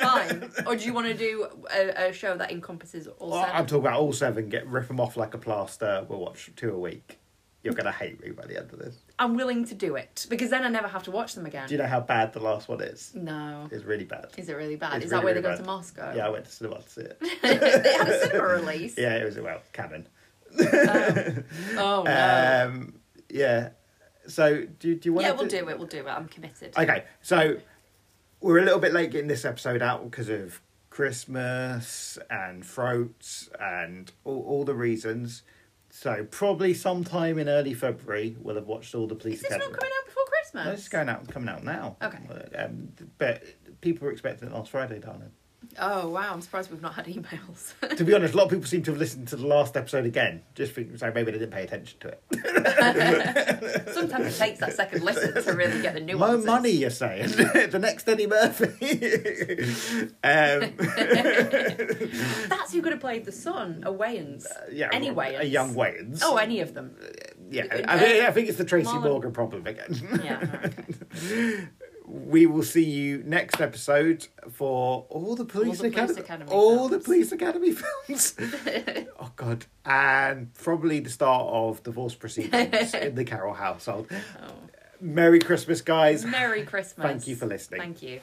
Speaker 2: that's fine. Or do you want to do a, a show that encompasses all
Speaker 1: Oh,
Speaker 2: seven?
Speaker 1: I'm talking about all seven. Get rip them off like a plaster. We'll watch two a week. You're gonna hate me by the end of this.
Speaker 2: I'm willing to do it because then I never have to watch them again.
Speaker 1: Do you know how bad the last one is?
Speaker 2: no.
Speaker 1: It's really bad.
Speaker 2: Mm. Is it really bad?
Speaker 1: It's
Speaker 2: Is
Speaker 1: really,
Speaker 2: that where
Speaker 1: really
Speaker 2: they go
Speaker 1: bad.
Speaker 2: to Moscow?
Speaker 1: Yeah, I went to cinema to see it.
Speaker 2: they had a cinema release.
Speaker 1: Yeah, it was well canon.
Speaker 2: Oh no.
Speaker 1: Um, yeah. So do do you want?
Speaker 2: yeah,
Speaker 1: to
Speaker 2: we'll do it. We'll do it. I'm committed.
Speaker 1: Okay, so we're a little bit late getting this episode out because of Christmas and throats and all, all the reasons. So probably sometime in early February we'll have watched all the police
Speaker 2: Is this not
Speaker 1: academy.
Speaker 2: coming out before Christmas?
Speaker 1: No, it's going out, coming out now.
Speaker 2: Okay.
Speaker 1: Um, but people were expecting it last Friday, darling.
Speaker 2: Oh wow! I'm surprised we've not had emails.
Speaker 1: to be honest, a lot of people seem to have listened to the last episode again, just think, so maybe they didn't pay attention to it.
Speaker 2: Sometimes it takes that second listen to really get the
Speaker 1: My
Speaker 2: nuances.
Speaker 1: money, you're saying? the next Eddie Murphy. um,
Speaker 2: That's who could have played the son, a Wayans.
Speaker 1: Uh, yeah,
Speaker 2: any
Speaker 1: well,
Speaker 2: Wayans.
Speaker 1: a young Wayans.
Speaker 2: Oh, any of them.
Speaker 1: yeah.
Speaker 2: uh,
Speaker 1: I, think I think it's the Tracy
Speaker 2: Marlon-
Speaker 1: Morgan problem again.
Speaker 2: Yeah. okay.
Speaker 1: we will see you next episode for all the police,
Speaker 2: the Police
Speaker 1: academy,
Speaker 2: Academy
Speaker 1: all the
Speaker 2: films.
Speaker 1: police academy films. oh God, and probably the start of divorce proceedings in the Carroll household.
Speaker 2: Oh.
Speaker 1: Merry Christmas, guys.
Speaker 2: Merry Christmas.
Speaker 1: you for listening.
Speaker 2: Thank you.